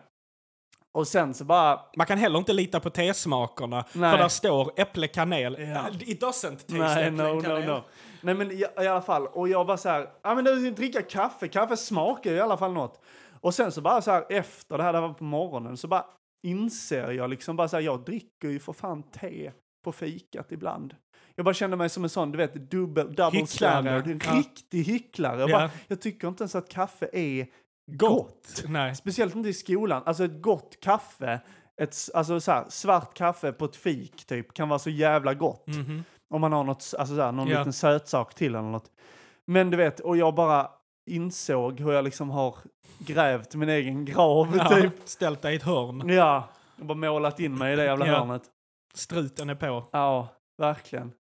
Speaker 2: Och sen så bara
Speaker 1: Man kan heller inte lita på tesmakerna,
Speaker 2: Nej.
Speaker 1: för där står äpple, kanel. Ah,
Speaker 2: Ja.
Speaker 1: It doesn't taste
Speaker 2: Nej,
Speaker 1: äpple,
Speaker 2: no, no,
Speaker 1: kanel.
Speaker 2: no. Nej, men i, i alla fall. Och jag var så här, ja men du dricka kaffe, kaffe smakar ju i alla fall något. Och sen så bara så här efter det här, det här var på morgonen, så bara inser jag liksom bara så här, jag dricker ju för fan te på fikat ibland. Jag bara kände mig som en sån, du vet, dubbel, double
Speaker 1: Hycklare.
Speaker 2: standard, en
Speaker 1: Ja.
Speaker 2: riktig hycklare. Jag,
Speaker 1: Ja.
Speaker 2: bara, jag tycker inte ens att kaffe är gott.
Speaker 1: Gott.
Speaker 2: (laughs)
Speaker 1: Nej.
Speaker 2: Speciellt inte i skolan. Alltså ett gott kaffe, ett, s- alltså så här, svart kaffe på ett fik typ, kan vara så jävla gott. Om man har något, s- alltså så här, någon
Speaker 1: Mhm. Ja.
Speaker 2: liten sötsak till eller något. Men du vet, och jag bara insåg hur jag liksom har grävt min egen grav
Speaker 1: Ja,
Speaker 2: typ.
Speaker 1: Ställt dig i ett hörn.
Speaker 2: Ja, jag bara målat in mig i det jävla
Speaker 1: Ja.
Speaker 2: hörnet.
Speaker 1: Struten är på.
Speaker 2: Ja, verkligen.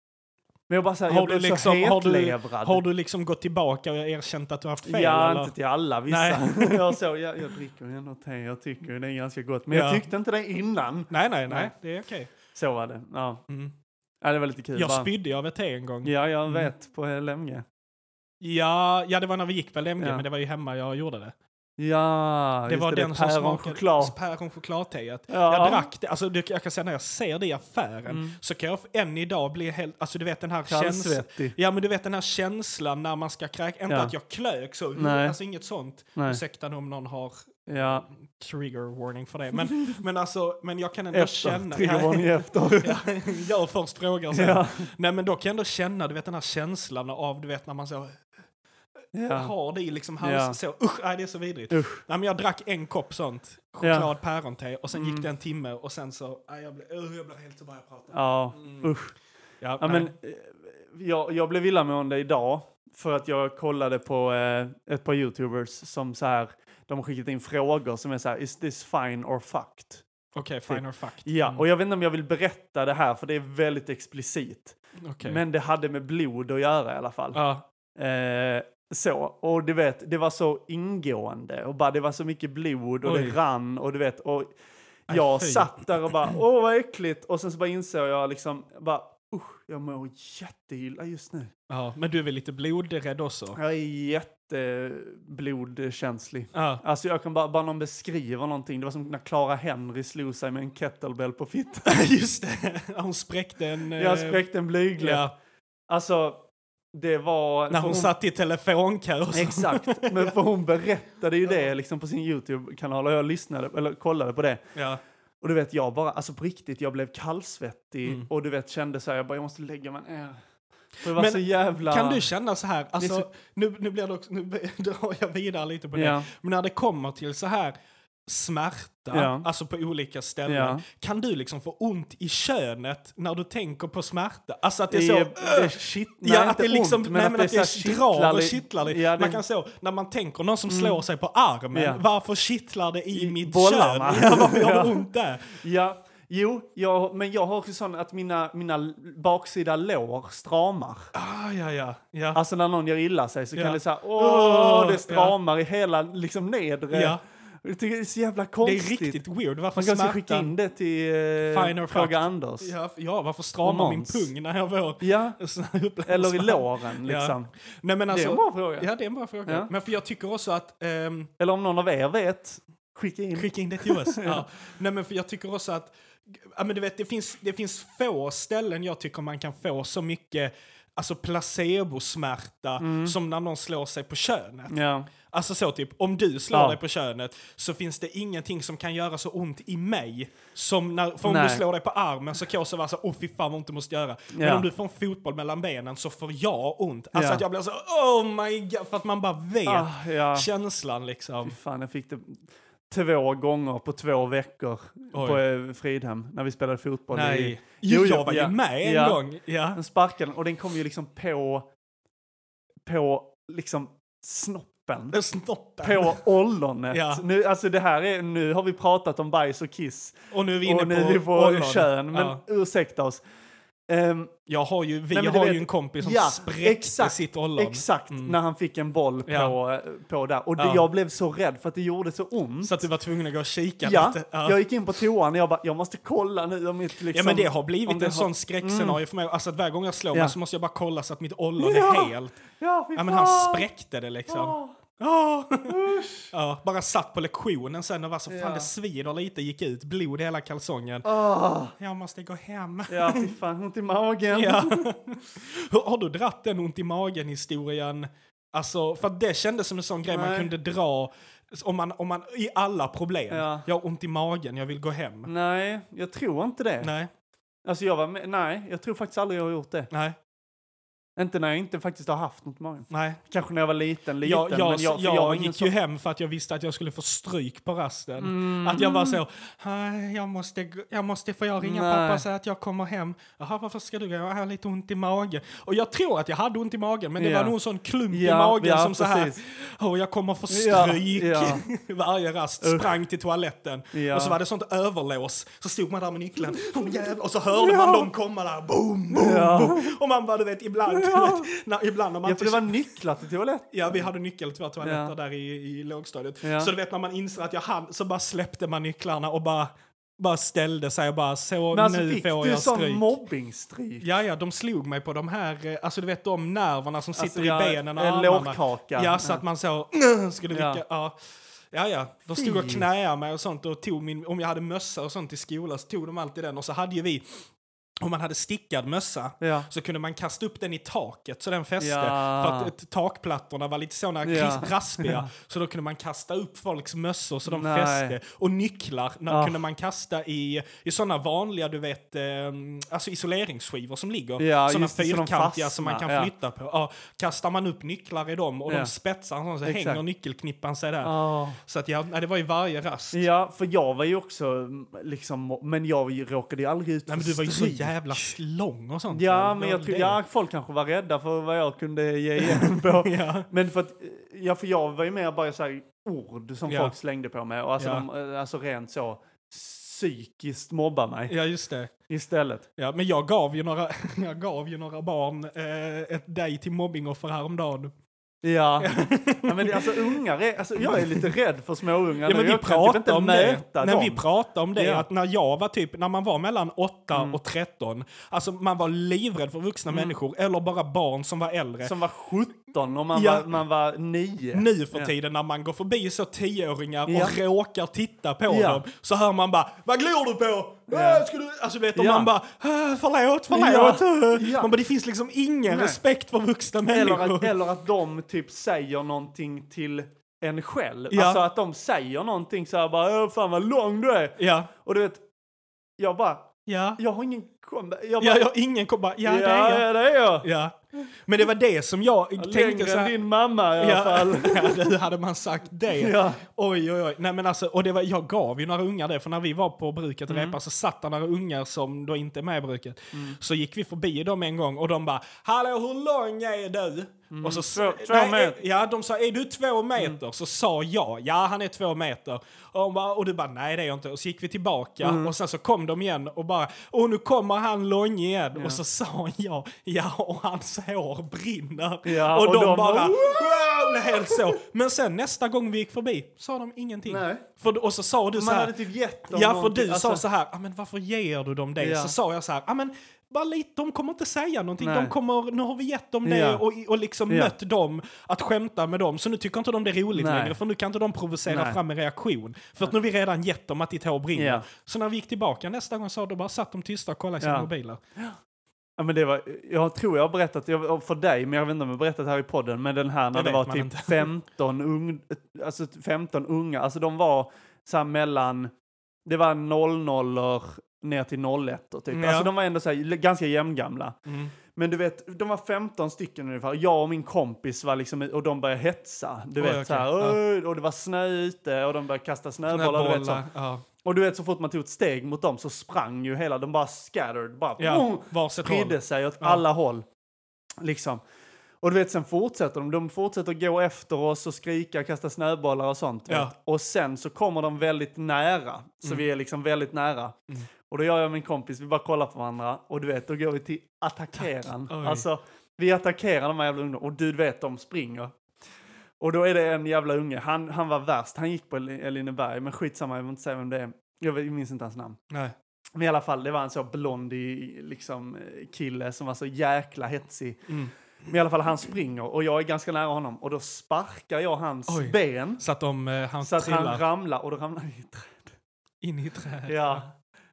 Speaker 2: Men jag bara så här,
Speaker 1: Har
Speaker 2: jag
Speaker 1: du,
Speaker 2: blev
Speaker 1: liksom,
Speaker 2: så
Speaker 1: har, du,
Speaker 2: hetlevrad.
Speaker 1: har du liksom gått tillbaka och erkänt att du har haft fel?
Speaker 2: ja,
Speaker 1: eller?
Speaker 2: inte till alla vissa.
Speaker 1: Nej.
Speaker 2: (laughs) jag, så, jag, jag dricker ju ändå te, jag tycker ju det är ganska gott. Men jag
Speaker 1: Ja.
Speaker 2: tyckte inte det innan.
Speaker 1: Nej, nej, nej,
Speaker 2: Nej.
Speaker 1: Det är okej.
Speaker 2: Så var det. Ja,
Speaker 1: Mm.
Speaker 2: ja det var lite kul.
Speaker 1: Jag Mm.
Speaker 2: bara.
Speaker 1: spydde av ett te en gång.
Speaker 2: Ja, jag vet. På LMG.
Speaker 1: Ja, ja, det var när vi gick på LMG,
Speaker 2: Ja.
Speaker 1: men det var ju hemma jag gjorde det.
Speaker 2: Ja,
Speaker 1: Det
Speaker 2: just
Speaker 1: var
Speaker 2: det,
Speaker 1: den
Speaker 2: det,
Speaker 1: som
Speaker 2: päronchoklad.
Speaker 1: smakade päronchokladteet.
Speaker 2: Ja. Mm.
Speaker 1: Jag drack det, alltså du, jag kan säga när jag ser det i affären så kan jag f- än idag bli helt, alltså du vet den här känslan.
Speaker 2: Kallsvettig.
Speaker 1: Ja men du vet den här känslan när man ska kräka, inte
Speaker 2: Ja.
Speaker 1: att jag klök så,
Speaker 2: Nej.
Speaker 1: alltså inget sånt.
Speaker 2: Nej.
Speaker 1: Ursäkta nu om någon har
Speaker 2: Ja,
Speaker 1: trigger warning för
Speaker 2: (laughs)
Speaker 1: det. Men, men alltså, men jag kan ändå
Speaker 2: efter.
Speaker 1: känna.
Speaker 2: Triggervarning efter.
Speaker 1: (laughs) Ja, jag först frågar sen.
Speaker 2: Ja.
Speaker 1: Nej men då kan jag ändå känna du vet den här känslan av du vet när man så
Speaker 2: Ja.
Speaker 1: har det i liksom halsen så, usch, nej det är så vidrigt.
Speaker 2: Usch.
Speaker 1: Nej men jag drack en kopp sånt, choklad päronte och sen
Speaker 2: Mm.
Speaker 1: gick det en timme och sen så, nej jag blev, uh, jag blev helt så bara jag pratade.
Speaker 2: Ja, usch.
Speaker 1: Ja,
Speaker 2: Ja,
Speaker 1: Mm. nej.
Speaker 2: men, eh, jag, jag blev illamående idag för att jag kollade på eh, ett par youtubers som så här, de har skickat in frågor som är så här, is this fine or fucked?
Speaker 1: Okej, fine or fucked.
Speaker 2: Ja, och jag vet inte om jag vill berätta det här för det är väldigt explicit.
Speaker 1: Okej.
Speaker 2: Men det hade med blod att göra i alla fall.
Speaker 1: Ja.
Speaker 2: Eh, så, och du vet, det var så ingående och bara det var så mycket blod och
Speaker 1: Oj.
Speaker 2: det rann och du vet och jag
Speaker 1: fy.
Speaker 2: satt där och bara åh vad äckligt och sen så bara insåg jag liksom bara usch, jag mår jätteilla just nu.
Speaker 1: ja, men du är väl lite blodrädd också?
Speaker 2: Jag är jätteblodkänslig.
Speaker 1: Ja.
Speaker 2: Alltså jag kan bara, bara någon beskriver någonting. Det var som när Clara Henry slog sig med en kettlebell på
Speaker 1: (laughs)
Speaker 2: fittan.
Speaker 1: Just det, hon spräckte en... eh,
Speaker 2: Jag spräckte en blygdläpp.
Speaker 1: Ja,
Speaker 2: Alltså, det var...
Speaker 1: när
Speaker 2: för
Speaker 1: hon satt i telefonkö och så. (laughs)
Speaker 2: Exakt, men för hon berättade ju det liksom på sin YouTube-kanal och jag lyssnade, eller kollade på det.
Speaker 1: Ja.
Speaker 2: Och du vet,
Speaker 1: Mm.
Speaker 2: jag bara, alltså på riktigt, jag blev kallsvettig och du vet, kände så här, jag bara, jag måste lägga mig ner. Det var
Speaker 1: Men
Speaker 2: så jävla...
Speaker 1: Kan du känna så här, alltså,
Speaker 2: Det är så-
Speaker 1: nu, nu blir (laughs) det också, nu drar jag vidare lite på det,
Speaker 2: Ja.
Speaker 1: men när det kommer till så här smärta,
Speaker 2: Ja.
Speaker 1: alltså på olika ställen,
Speaker 2: Ja.
Speaker 1: kan du liksom få ont i könet när du tänker på smärta? Alltså att det är
Speaker 2: I,
Speaker 1: så...
Speaker 2: det är
Speaker 1: "Ugh!"
Speaker 2: shit, nej,
Speaker 1: Ja, att
Speaker 2: inte
Speaker 1: det liksom,
Speaker 2: ont,
Speaker 1: nej, men att det,
Speaker 2: är så här
Speaker 1: drar och
Speaker 2: li-
Speaker 1: kittlar lite.
Speaker 2: Ja, det- Mm.
Speaker 1: Man kan så, när man tänker någon som slår sig på armen,
Speaker 2: Ja.
Speaker 1: varför kittlar det i, mitt
Speaker 2: bollarna.
Speaker 1: kön? (laughs) Ja, varför gör
Speaker 2: Ja.
Speaker 1: det ont där?
Speaker 2: Ja, jo, jag, men jag har också sån att mina, mina baksida lår stramar.
Speaker 1: Ah, ja, ja, ja.
Speaker 2: Alltså när någon gör illa sig så
Speaker 1: Ja.
Speaker 2: kan det säga
Speaker 1: Åh,
Speaker 2: åh, det stramar i hela liksom nedre.
Speaker 1: Ja.
Speaker 2: Jag tycker det är så jävla
Speaker 1: det
Speaker 2: konstigt.
Speaker 1: är riktigt weird. Varför
Speaker 2: Man kanske
Speaker 1: smärtan...
Speaker 2: skicka in det till
Speaker 1: Fine
Speaker 2: eh,
Speaker 1: or
Speaker 2: Fråga
Speaker 1: fucked.
Speaker 2: Anders. Ja.
Speaker 1: Ja, ja, varför stramar min
Speaker 2: Romans.
Speaker 1: pung när jag får (laughs) såna här upplevelser?
Speaker 2: eller i låren liksom.
Speaker 1: Nej, men
Speaker 2: Det
Speaker 1: alltså,
Speaker 2: är en bra fråga.
Speaker 1: Ja, det är en bra fråga.
Speaker 2: Ja.
Speaker 1: Men för jag tycker också att... ehm,
Speaker 2: Eller om någon av er vet, skicka in.
Speaker 1: skicka in det till oss. (laughs) ja. Nej, men för jag tycker också att... Ja, men du vet, det, finns, det finns få ställen jag tycker man kan få så mycket alltså placebosmärta
Speaker 2: Mm.
Speaker 1: som när någon slår sig på könet.
Speaker 2: Ja.
Speaker 1: Alltså så typ, om du slår
Speaker 2: Ja.
Speaker 1: dig på könet så finns det ingenting som kan göra så ont i mig. Som när, för om
Speaker 2: Nej.
Speaker 1: du slår dig på armen så kan jag så vara så åh fy fan vad ont det måste göra. Men
Speaker 2: Ja.
Speaker 1: om du får en fotboll mellan benen så får jag ont. Alltså
Speaker 2: Ja.
Speaker 1: att jag blir så, oh my god, för att man bara vet
Speaker 2: Ah, ja.
Speaker 1: känslan liksom.
Speaker 2: Fan, jag fick det två gånger på två veckor på eh, Fridhem när vi spelade fotboll. i-
Speaker 1: Nej.
Speaker 2: Jo,
Speaker 1: Jo,
Speaker 2: jo,
Speaker 1: jag var
Speaker 2: ja.
Speaker 1: ju med en
Speaker 2: Ja.
Speaker 1: gång. Ja.
Speaker 2: Den sparkade den och den kom ju liksom på, på liksom snoppen.
Speaker 1: Snoppen. (laughs)
Speaker 2: På ollonet.
Speaker 1: Ja.
Speaker 2: Nu, alltså det här är, nu har vi pratat om bajs och kiss.
Speaker 1: Och nu är vi inne
Speaker 2: och nu
Speaker 1: på,
Speaker 2: är vi på
Speaker 1: ollon.
Speaker 2: kön. Men
Speaker 1: Ja.
Speaker 2: ursäkta oss. Ehm,
Speaker 1: Jag har ju, vi
Speaker 2: Nej, men du
Speaker 1: har
Speaker 2: vet-
Speaker 1: ju en kompis som
Speaker 2: ja,
Speaker 1: spräckte
Speaker 2: exakt,
Speaker 1: sitt ollon. Mm.
Speaker 2: exakt när han fick en boll på,
Speaker 1: Ja.
Speaker 2: på där. Och det,
Speaker 1: Ja.
Speaker 2: jag blev så rädd för att det gjorde så ont.
Speaker 1: Så att du var tvungen att gå och kika
Speaker 2: Ja,
Speaker 1: lite.
Speaker 2: jag gick in på toan och jag bara, jag måste kolla nu om mitt liksom...
Speaker 1: Ja men det har blivit
Speaker 2: om
Speaker 1: en
Speaker 2: det har- mm.
Speaker 1: sån skräckscenario för mig. Alltså att varje gång jag slår
Speaker 2: Ja.
Speaker 1: mig så måste jag bara kolla så att mitt ollon
Speaker 2: Ja.
Speaker 1: är helt.
Speaker 2: Ja, fy
Speaker 1: Ja men han
Speaker 2: fan.
Speaker 1: spräckte det liksom.
Speaker 2: Ja.
Speaker 1: Ja. (laughs) Ja, bara satt på lektionen sen och var så fan
Speaker 2: Ja.
Speaker 1: det svider lite, gick ut, blod i hela kalsongen.
Speaker 2: Ah.
Speaker 1: Jag måste gå hem.
Speaker 2: Ja, fy fan, ont i magen.
Speaker 1: (laughs) Ja. Hur- Har du dratt den ont i magen historien? Alltså, för att det kändes som en sån grej man
Speaker 2: Nej.
Speaker 1: kunde dra om man, om man, i alla problem.
Speaker 2: Ja.
Speaker 1: Jag har ont i magen, jag vill gå hem.
Speaker 2: Nej, jag tror inte det.
Speaker 1: Nej,
Speaker 2: Alltså jag var med, nej, jag tror faktiskt aldrig jag har gjort det.
Speaker 1: nej,
Speaker 2: Inte när jag inte faktiskt har haft något i magen.
Speaker 1: nej.
Speaker 2: Kanske när jag var liten, liten.
Speaker 1: Jag, jag,
Speaker 2: men jag,
Speaker 1: jag,
Speaker 2: för jag var ingen
Speaker 1: gick
Speaker 2: sån-
Speaker 1: ju hem för att jag visste att jag skulle få stryk på rasten.
Speaker 2: Mm.
Speaker 1: Att jag var så, "Nej, jag måste, gå- jag måste, får jag ringa
Speaker 2: Nej.
Speaker 1: pappa och säga att jag kommer hem? Jaha, varför ska du gå? Jag har lite ont i magen. Och jag tror att jag hade ont i magen, men det
Speaker 2: Ja.
Speaker 1: var nog en sån klump i
Speaker 2: Ja,
Speaker 1: magen
Speaker 2: ja,
Speaker 1: som så här,
Speaker 2: precis.
Speaker 1: åh, jag kommer få stryk. (laughs)
Speaker 2: ja.
Speaker 1: Varje rast sprang till toaletten.
Speaker 2: Ja.
Speaker 1: Och så var det sånt överlås. Så stod man där med nycklarn, åh jävlar, och så hörde man dem komma där, boom, boom,
Speaker 2: Ja.
Speaker 1: boom. Och man bara, du vet, ibland, du vet, när, ibland när man
Speaker 2: Ja, för det var nycklar till toaletten.
Speaker 1: Ja, vi hade nyckel till våra toaletter
Speaker 2: Ja.
Speaker 1: där i, i lågstadiet.
Speaker 2: Ja.
Speaker 1: Så du vet när man inser att jag hann så bara släppte man nycklarna och bara, bara ställde sig och bara så
Speaker 2: Men alltså
Speaker 1: nu
Speaker 2: fick
Speaker 1: får
Speaker 2: du
Speaker 1: jag
Speaker 2: sån
Speaker 1: stryk.
Speaker 2: mobbingstryk?
Speaker 1: Ja, ja, de slog mig på de här, eh, alltså du vet de nerverna som sitter
Speaker 2: Alltså,
Speaker 1: i
Speaker 2: ja,
Speaker 1: benen och
Speaker 2: en
Speaker 1: armarna.
Speaker 2: lågkaka.
Speaker 1: Ja, så att man så (clears throat) skulle
Speaker 2: Ja.
Speaker 1: rycka. Ja. Ja, ja. De stod och knäade mig och sånt och tog min, om jag hade mössa och sånt i skolan så tog de alltid den och så hade ju vi om man hade stickad mössa
Speaker 2: Ja.
Speaker 1: så kunde man kasta upp den i taket så den fäste.
Speaker 2: Ja.
Speaker 1: För att eh, takplattorna var lite
Speaker 2: (laughs)
Speaker 1: såna
Speaker 2: Ja.
Speaker 1: ja. raspiga. Så då kunde man kasta upp folks mössor så de
Speaker 2: Nej.
Speaker 1: fäste. Och nycklar när
Speaker 2: Ah.
Speaker 1: kunde man kasta i, i sådana vanliga du vet, eh, alltså isoleringsskivor som ligger.
Speaker 2: Ja,
Speaker 1: såna
Speaker 2: just det, så de
Speaker 1: fyrkantiga som man
Speaker 2: fastnar,
Speaker 1: kan
Speaker 2: ja.
Speaker 1: flytta på. Ja, kastar man upp nycklar i dem och
Speaker 2: Ja.
Speaker 1: de spetsar så, så
Speaker 2: Exakt.
Speaker 1: hänger nyckelknippan sig där.
Speaker 2: Ah.
Speaker 1: Så att jag, nej, det var ju varje rast.
Speaker 2: Ja, för jag var ju också mm, liksom, men jag råkade ju aldrig ut
Speaker 1: Nej, men
Speaker 2: för
Speaker 1: du var ju så
Speaker 2: stryk.
Speaker 1: jävla lång och sånt.
Speaker 2: Ja,
Speaker 1: Det
Speaker 2: men
Speaker 1: var
Speaker 2: jag tror,
Speaker 1: det.
Speaker 2: ja, folk kanske var rädda för vad jag kunde ge igen (laughs) på.
Speaker 1: (laughs) Ja.
Speaker 2: Men för att, ja, för jag var ju mer bara så här ord som
Speaker 1: Ja.
Speaker 2: folk slängde på mig och alltså,
Speaker 1: Ja.
Speaker 2: de, eh, alltså rent så psykiskt mobba mig
Speaker 1: Ja, just det.
Speaker 2: istället.
Speaker 1: Ja, men jag gav ju några, (laughs) jag gav ju några barn eh, ett dig till mobbingoffer häromdagen.
Speaker 2: Ja, ja men det, alltså ungar är, alltså jag är lite rädd för småungar
Speaker 1: Ja, men
Speaker 2: nu.
Speaker 1: vi
Speaker 2: jag kan typ
Speaker 1: pratade
Speaker 2: inte
Speaker 1: om det.
Speaker 2: möta
Speaker 1: När
Speaker 2: dem.
Speaker 1: vi pratade om det,
Speaker 2: Ja. Mm.
Speaker 1: att när jag var typ, när man var mellan 8 och 13, alltså man var livrädd för vuxna människor, eller bara barn som var äldre.
Speaker 2: Som var 17 och man,
Speaker 1: Ja.
Speaker 2: var, man var 9.
Speaker 1: nu för tiden när man går förbi så tioåringar
Speaker 2: Ja.
Speaker 1: och råkar titta på
Speaker 2: Ja.
Speaker 1: dem så hör man bara “Vad glor du på?”
Speaker 2: Ja.
Speaker 1: äh, ska du? Alltså du vet, och
Speaker 2: Ja.
Speaker 1: man bara "Äh, “Förlåt, förlåt”. (laughs)
Speaker 2: Ja.
Speaker 1: Man bara, det finns liksom ingen
Speaker 2: Nej.
Speaker 1: respekt för vuxna
Speaker 2: Eller
Speaker 1: människor.
Speaker 2: att, eller att de typ säger någonting till en själv.
Speaker 1: Ja.
Speaker 2: Alltså att de säger någonting så här bara “Åh, fan vad lång du är”.
Speaker 1: (laughs) Ja.
Speaker 2: Och du vet, jag bara,
Speaker 1: Ja.
Speaker 2: jag har ingen kommentar. Jag bara,
Speaker 1: Ja, jag, ingen kom bara, ja,
Speaker 2: ja,
Speaker 1: det är jag.
Speaker 2: ja, det är jag.
Speaker 1: Ja. Men det var det som jag tänkte
Speaker 2: Längre
Speaker 1: så
Speaker 2: än
Speaker 1: här,
Speaker 2: din mamma i alla fall.
Speaker 1: (laughs) ja, nu hade man sagt det.
Speaker 2: Ja.
Speaker 1: Oj, oj, oj. Nej, men alltså, och det var, jag gav ju några ungar det, för när vi var på bruket och
Speaker 2: Mm.
Speaker 1: repade så satt det några ungar som då inte är med i bruket. Så gick vi förbi dem en gång och de bara “Hallå, hur lång är du?” och så,
Speaker 2: Mm. Två- två
Speaker 1: nej,
Speaker 2: meter. Mm.
Speaker 1: eh, Ja, de sa “Är du två meter?” Så sa jag “Ja, han är två meter”. Och, de bara, och du bara “Nej, det är jag inte”. Och så gick vi tillbaka
Speaker 2: Mm.
Speaker 1: och sen så kom de igen och bara “Och nu kommer han lång igen” och så sa jag “Ja, och hans hår brinner”
Speaker 2: Ja,
Speaker 1: och,
Speaker 2: och
Speaker 1: de,
Speaker 2: de
Speaker 1: bara...
Speaker 2: bara,
Speaker 1: Wow! Helt så. Men sen nästa gång vi gick förbi sa de ingenting.
Speaker 2: Nej.
Speaker 1: För, och så sa du så
Speaker 2: Man
Speaker 1: här...
Speaker 2: hade typ gett dem
Speaker 1: Ja, för
Speaker 2: någonting.
Speaker 1: du sa
Speaker 2: Alltså-
Speaker 1: så här, ah, men varför ger du dem det?
Speaker 2: Ja.
Speaker 1: Så sa jag så här, ah, men bara lite, de kommer inte säga någonting.
Speaker 2: Nej.
Speaker 1: De kommer, nu har vi gett dem det
Speaker 2: Ja.
Speaker 1: och, och liksom
Speaker 2: Ja.
Speaker 1: mött dem att skämta med dem. Så nu tycker inte de det är roligt
Speaker 2: Nej.
Speaker 1: längre, för nu kan inte de provocera
Speaker 2: Nej.
Speaker 1: fram en reaktion. För att nu har vi redan gett dem att ditt hår brinner.
Speaker 2: Ja.
Speaker 1: Så när vi gick tillbaka nästa gång så då bara satt de tysta och kollade i sina
Speaker 2: Ja.
Speaker 1: mobiler.
Speaker 2: Ja, men det var, jag tror jag har berättat jag, för dig, men jag vet inte om jag har berättat här i podden, men den här när
Speaker 1: Det
Speaker 2: det,
Speaker 1: vet
Speaker 2: var
Speaker 1: man
Speaker 2: typ
Speaker 1: inte. (laughs)
Speaker 2: 15, ung, alltså 15 unga, alltså de var så här mellan, det var 00 ner till 01 typ.
Speaker 1: Mm, Ja. Mm.
Speaker 2: Alltså de var ändå så här, ganska jämngamla. Men du vet, de var 15 stycken ungefär. Jag och min kompis var liksom, och de började hetsa. Du
Speaker 1: Oj,
Speaker 2: vet
Speaker 1: okej.
Speaker 2: så här,
Speaker 1: Ja.
Speaker 2: "Oj", och det var snö ute och de började kasta snöbollar. Du vet, så.
Speaker 1: Bollar, ja.
Speaker 2: Och du vet så fort man tog ett steg mot dem så sprang ju hela, de bara scattered, bara
Speaker 1: Ja, varsitt håll.
Speaker 2: spridde sig åt alla håll. Liksom. Och du vet, sen fortsätter de. De fortsätter gå efter oss och skrika, kasta snöbollar och sånt. vet.
Speaker 1: Ja. Mm.
Speaker 2: Och sen så kommer de väldigt nära. Så vi är liksom väldigt nära. Och då gör jag och min kompis, vi bara kollar på varandra. Och du vet, då går vi till attackeran.
Speaker 1: Oj.
Speaker 2: Alltså, vi attackerar de här jävla ungdomarna. Och du vet, de springer. Och då är det en jävla unge, han, han var värst, han gick på Elin- Elineberg, men skitsamma, jag vill inte säga vem det är. Jag vet- jag minns inte hans namn.
Speaker 1: Nej.
Speaker 2: Men i alla fall, det var en så blond i- liksom, eh, kille som var så jäkla hetsig.
Speaker 1: Mm.
Speaker 2: Men i alla fall, han springer och jag är ganska nära honom. Och då sparkar jag hans
Speaker 1: Oj.
Speaker 2: ben
Speaker 1: Så att de, eh, han
Speaker 2: så att
Speaker 1: trillar
Speaker 2: han ramlar och då ramlar han i ett träd.
Speaker 1: in i trädet.
Speaker 2: Ja.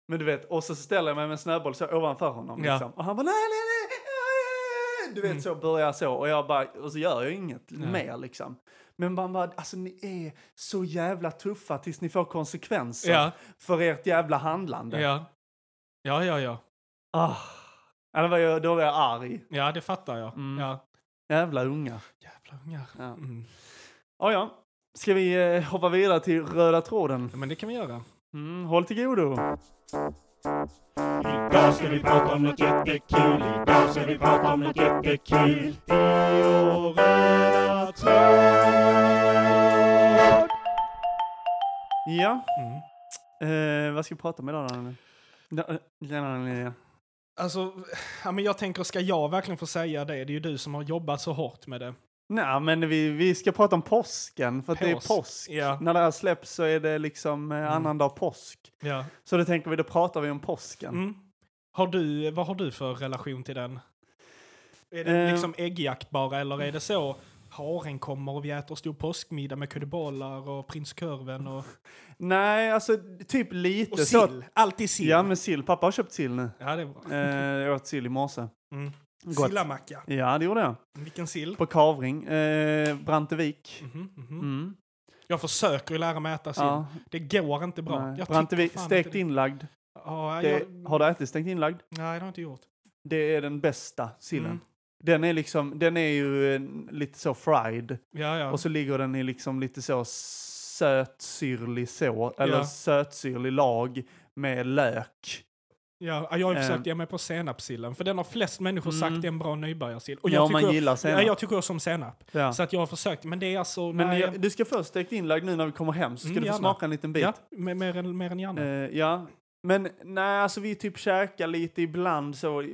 Speaker 2: Men du vet, och så ställer jag mig med en snöboll så ovanför honom.
Speaker 1: Ja. Mm.
Speaker 2: Liksom. Och han bara nej, nej, nej, nej. Du vet, så börjar jag så. Och, jag bara, och så gör jag inget mer liksom. Men man bara, alltså ni är så jävla tuffa tills ni får konsekvenser
Speaker 1: Ja.
Speaker 2: för ert jävla handlande.
Speaker 1: Ja. Ja, ja, ja.
Speaker 2: Ah. Ja, det var jag, då var jag arg.
Speaker 1: Ja, det fattar jag.
Speaker 2: Mm.
Speaker 1: Ja.
Speaker 2: Jävla unga.
Speaker 1: Jävla ungar.
Speaker 2: Ja.
Speaker 1: Mm.
Speaker 2: Oh, ja. Ska vi eh, hoppa vidare till röda tråden?
Speaker 1: Ja, men det kan vi göra.
Speaker 2: Mm, håll till godo.
Speaker 3: Idag ska vi prata om något jättekul. Idag ska vi prata om något jättekul. I vår röda tråd.
Speaker 2: Ja.
Speaker 1: Mm.
Speaker 2: Eh, vad ska vi prata om idag då? Daniel? Ja, eh, Gärna en idé.
Speaker 1: Alltså, ja, men jag tänker, ska jag verkligen få säga det? Det är ju du som har jobbat så hårt med det.
Speaker 2: Nej, men vi, vi ska prata om påsken, för att det
Speaker 1: Påsk,
Speaker 2: är påsk.
Speaker 1: ja. Mm.
Speaker 2: När det här släpps så är det liksom eh, annan dag påsk.
Speaker 1: Ja.
Speaker 2: Så då tänker vi, då pratar vi om påsken.
Speaker 1: Mm. Har du, vad har du för relation till den? Är det
Speaker 2: Eh.
Speaker 1: liksom äggjakt bara, eller är det så? Haren kommer och vi äter stor påskmiddag med kuddebollar och prinskorven och,
Speaker 2: Nej, alltså typ lite
Speaker 1: och
Speaker 2: så.
Speaker 1: sill. Alltid sill.
Speaker 2: Ja, men sill. Pappa har köpt sill nu.
Speaker 1: Ja, det är bra.
Speaker 2: Eh, jag åt sill i morse.
Speaker 1: Mm.
Speaker 2: Gott.
Speaker 1: Sillamacka.
Speaker 2: Ja, det gjorde jag.
Speaker 1: Vilken sill.
Speaker 2: På Kavring. Eh, Brantevik.
Speaker 1: Mhm, mhm.
Speaker 2: Mm.
Speaker 1: Jag försöker ju lära mig äta sill.
Speaker 2: Ja,
Speaker 1: Det går inte bra.
Speaker 2: nej.
Speaker 1: Jag
Speaker 2: Brantevik,
Speaker 1: tycker fan
Speaker 2: stekt
Speaker 1: inte det.
Speaker 2: inlagd.
Speaker 1: Ja,
Speaker 2: Det,
Speaker 1: jag,
Speaker 2: har du ätit stekt inlagd?
Speaker 1: Nej, det har jag inte gjort.
Speaker 2: Det är den bästa sillen.
Speaker 1: Mm.
Speaker 2: Den är liksom, den är ju eh, lite så fried.
Speaker 1: Ja, ja.
Speaker 2: Och så ligger den i liksom lite så sötsyrlig så, eller
Speaker 1: Ja.
Speaker 2: sötsyrlig lag med lök.
Speaker 1: ja jag har ju
Speaker 2: Eh.
Speaker 1: försökt ge mig på senapssillen, för den har flest människor sagt är en bra nybörjarsill. Och
Speaker 2: Mm. Ja, om man gillar senap.
Speaker 1: Ja, jag tycker också om senap.
Speaker 2: Ja.
Speaker 1: Så att jag har försökt, men det är alltså...
Speaker 2: Men
Speaker 1: nej,
Speaker 2: jag, du ska först stekt inlagd nu när vi kommer hem, så ska
Speaker 1: Mm,
Speaker 2: du få
Speaker 1: gärna.
Speaker 2: smaka en liten bit.
Speaker 1: ja, mer, mer, än, mer än gärna.
Speaker 2: Eh, ja. Men nej, alltså vi typ käkar lite ibland så eh,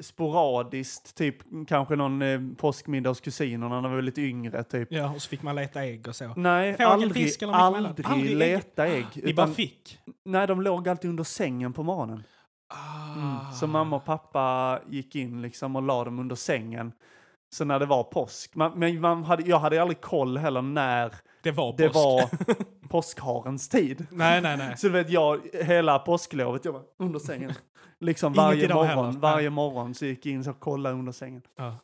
Speaker 2: sporadiskt, typ kanske någon eh, påskmiddag hos kusinerna när vi var lite yngre typ.
Speaker 1: Ja, och så fick man leta ägg och så.
Speaker 2: Nej,
Speaker 1: Fågel,
Speaker 2: aldrig,
Speaker 1: fisk eller något emellan.
Speaker 2: aldrig,
Speaker 1: Aldrig ägg.
Speaker 2: leta ägg.
Speaker 1: Ni
Speaker 2: Mm, utan-
Speaker 1: bara fick?
Speaker 2: nej, de låg alltid under sängen på morgonen.
Speaker 1: Ah.
Speaker 2: Mm, Så mamma och pappa gick in liksom och la dem under sängen. Så när det var påsk. Man, men man hade, jag hade aldrig koll heller när
Speaker 1: Det var
Speaker 2: det
Speaker 1: påsk.
Speaker 2: var påskharens tid.
Speaker 1: (laughs) Nej, nej, nej.
Speaker 2: Så du vet, jag hela påsklovet, jag var under
Speaker 1: (laughs)
Speaker 2: sängen. Liksom
Speaker 1: Inget
Speaker 2: varje
Speaker 1: idag heller.
Speaker 2: morgon, varje morgon så gick jag in och kollade under sängen.
Speaker 1: Ja.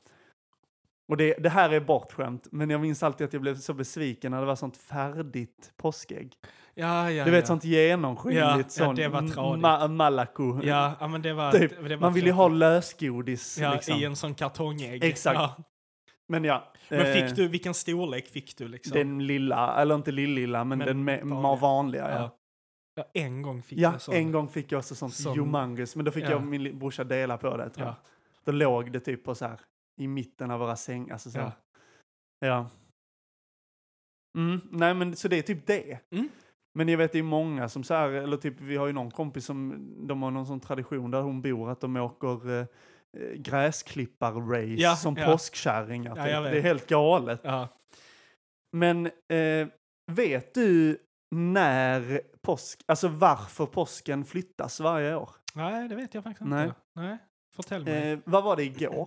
Speaker 2: Och det, det här är bortskämt, men jag minns alltid att jag blev så besviken när det var sånt färdigt påskägg.
Speaker 1: Ja, ja,
Speaker 2: Du vet
Speaker 1: ja.
Speaker 2: sånt
Speaker 1: Ja, ja,
Speaker 2: genomskinligt, sån
Speaker 1: det var tradigt.
Speaker 2: ma- malaku.
Speaker 1: Ja, ja men det var...
Speaker 2: Typ.
Speaker 1: det var
Speaker 2: Man vill ju ha lösgodis.
Speaker 1: Ja,
Speaker 2: liksom.
Speaker 1: i en sån kartongägg.
Speaker 2: Exakt.
Speaker 1: Ja.
Speaker 2: Men ja.
Speaker 1: Men
Speaker 2: eh,
Speaker 1: fick du, vilken storlek fick du liksom?
Speaker 2: Den lilla, eller inte lill-lilla, men,
Speaker 1: Men
Speaker 2: den med,
Speaker 1: vanliga.
Speaker 2: vanliga. vanliga ja.
Speaker 1: ja. ja, en gång fick
Speaker 2: Ja,
Speaker 1: jag sån.
Speaker 2: en gång fick jag också sånt
Speaker 1: Sån-
Speaker 2: humongous, men då fick
Speaker 1: Ja.
Speaker 2: jag och min li- brorsa dela på det. Tror jag.
Speaker 1: Ja.
Speaker 2: Då låg det typ på så här, i mitten av våra sängar. Alltså så.
Speaker 1: Ja.
Speaker 2: Ja. ja. Mm, nej, men så det är typ det.
Speaker 1: Mm.
Speaker 2: Men jag vet det är många som så här, eller typ vi har ju någon kompis som, de har någon sån tradition där hon bor att de åker eh, eh, gräsklippar-race
Speaker 1: Ja,
Speaker 2: som
Speaker 1: ja.
Speaker 2: påskkärringar.
Speaker 1: Ja,
Speaker 2: typ.
Speaker 1: jag
Speaker 2: det är
Speaker 1: vet.
Speaker 2: helt galet.
Speaker 1: Ja.
Speaker 2: Men eh, vet du när påsk, alltså varför påsken flyttas varje år?
Speaker 1: Nej, det vet jag faktiskt
Speaker 2: Nej.
Speaker 1: inte. Nej. Fortälj mig.
Speaker 2: Eh, vad var det
Speaker 1: (clears throat)
Speaker 2: igår? Det var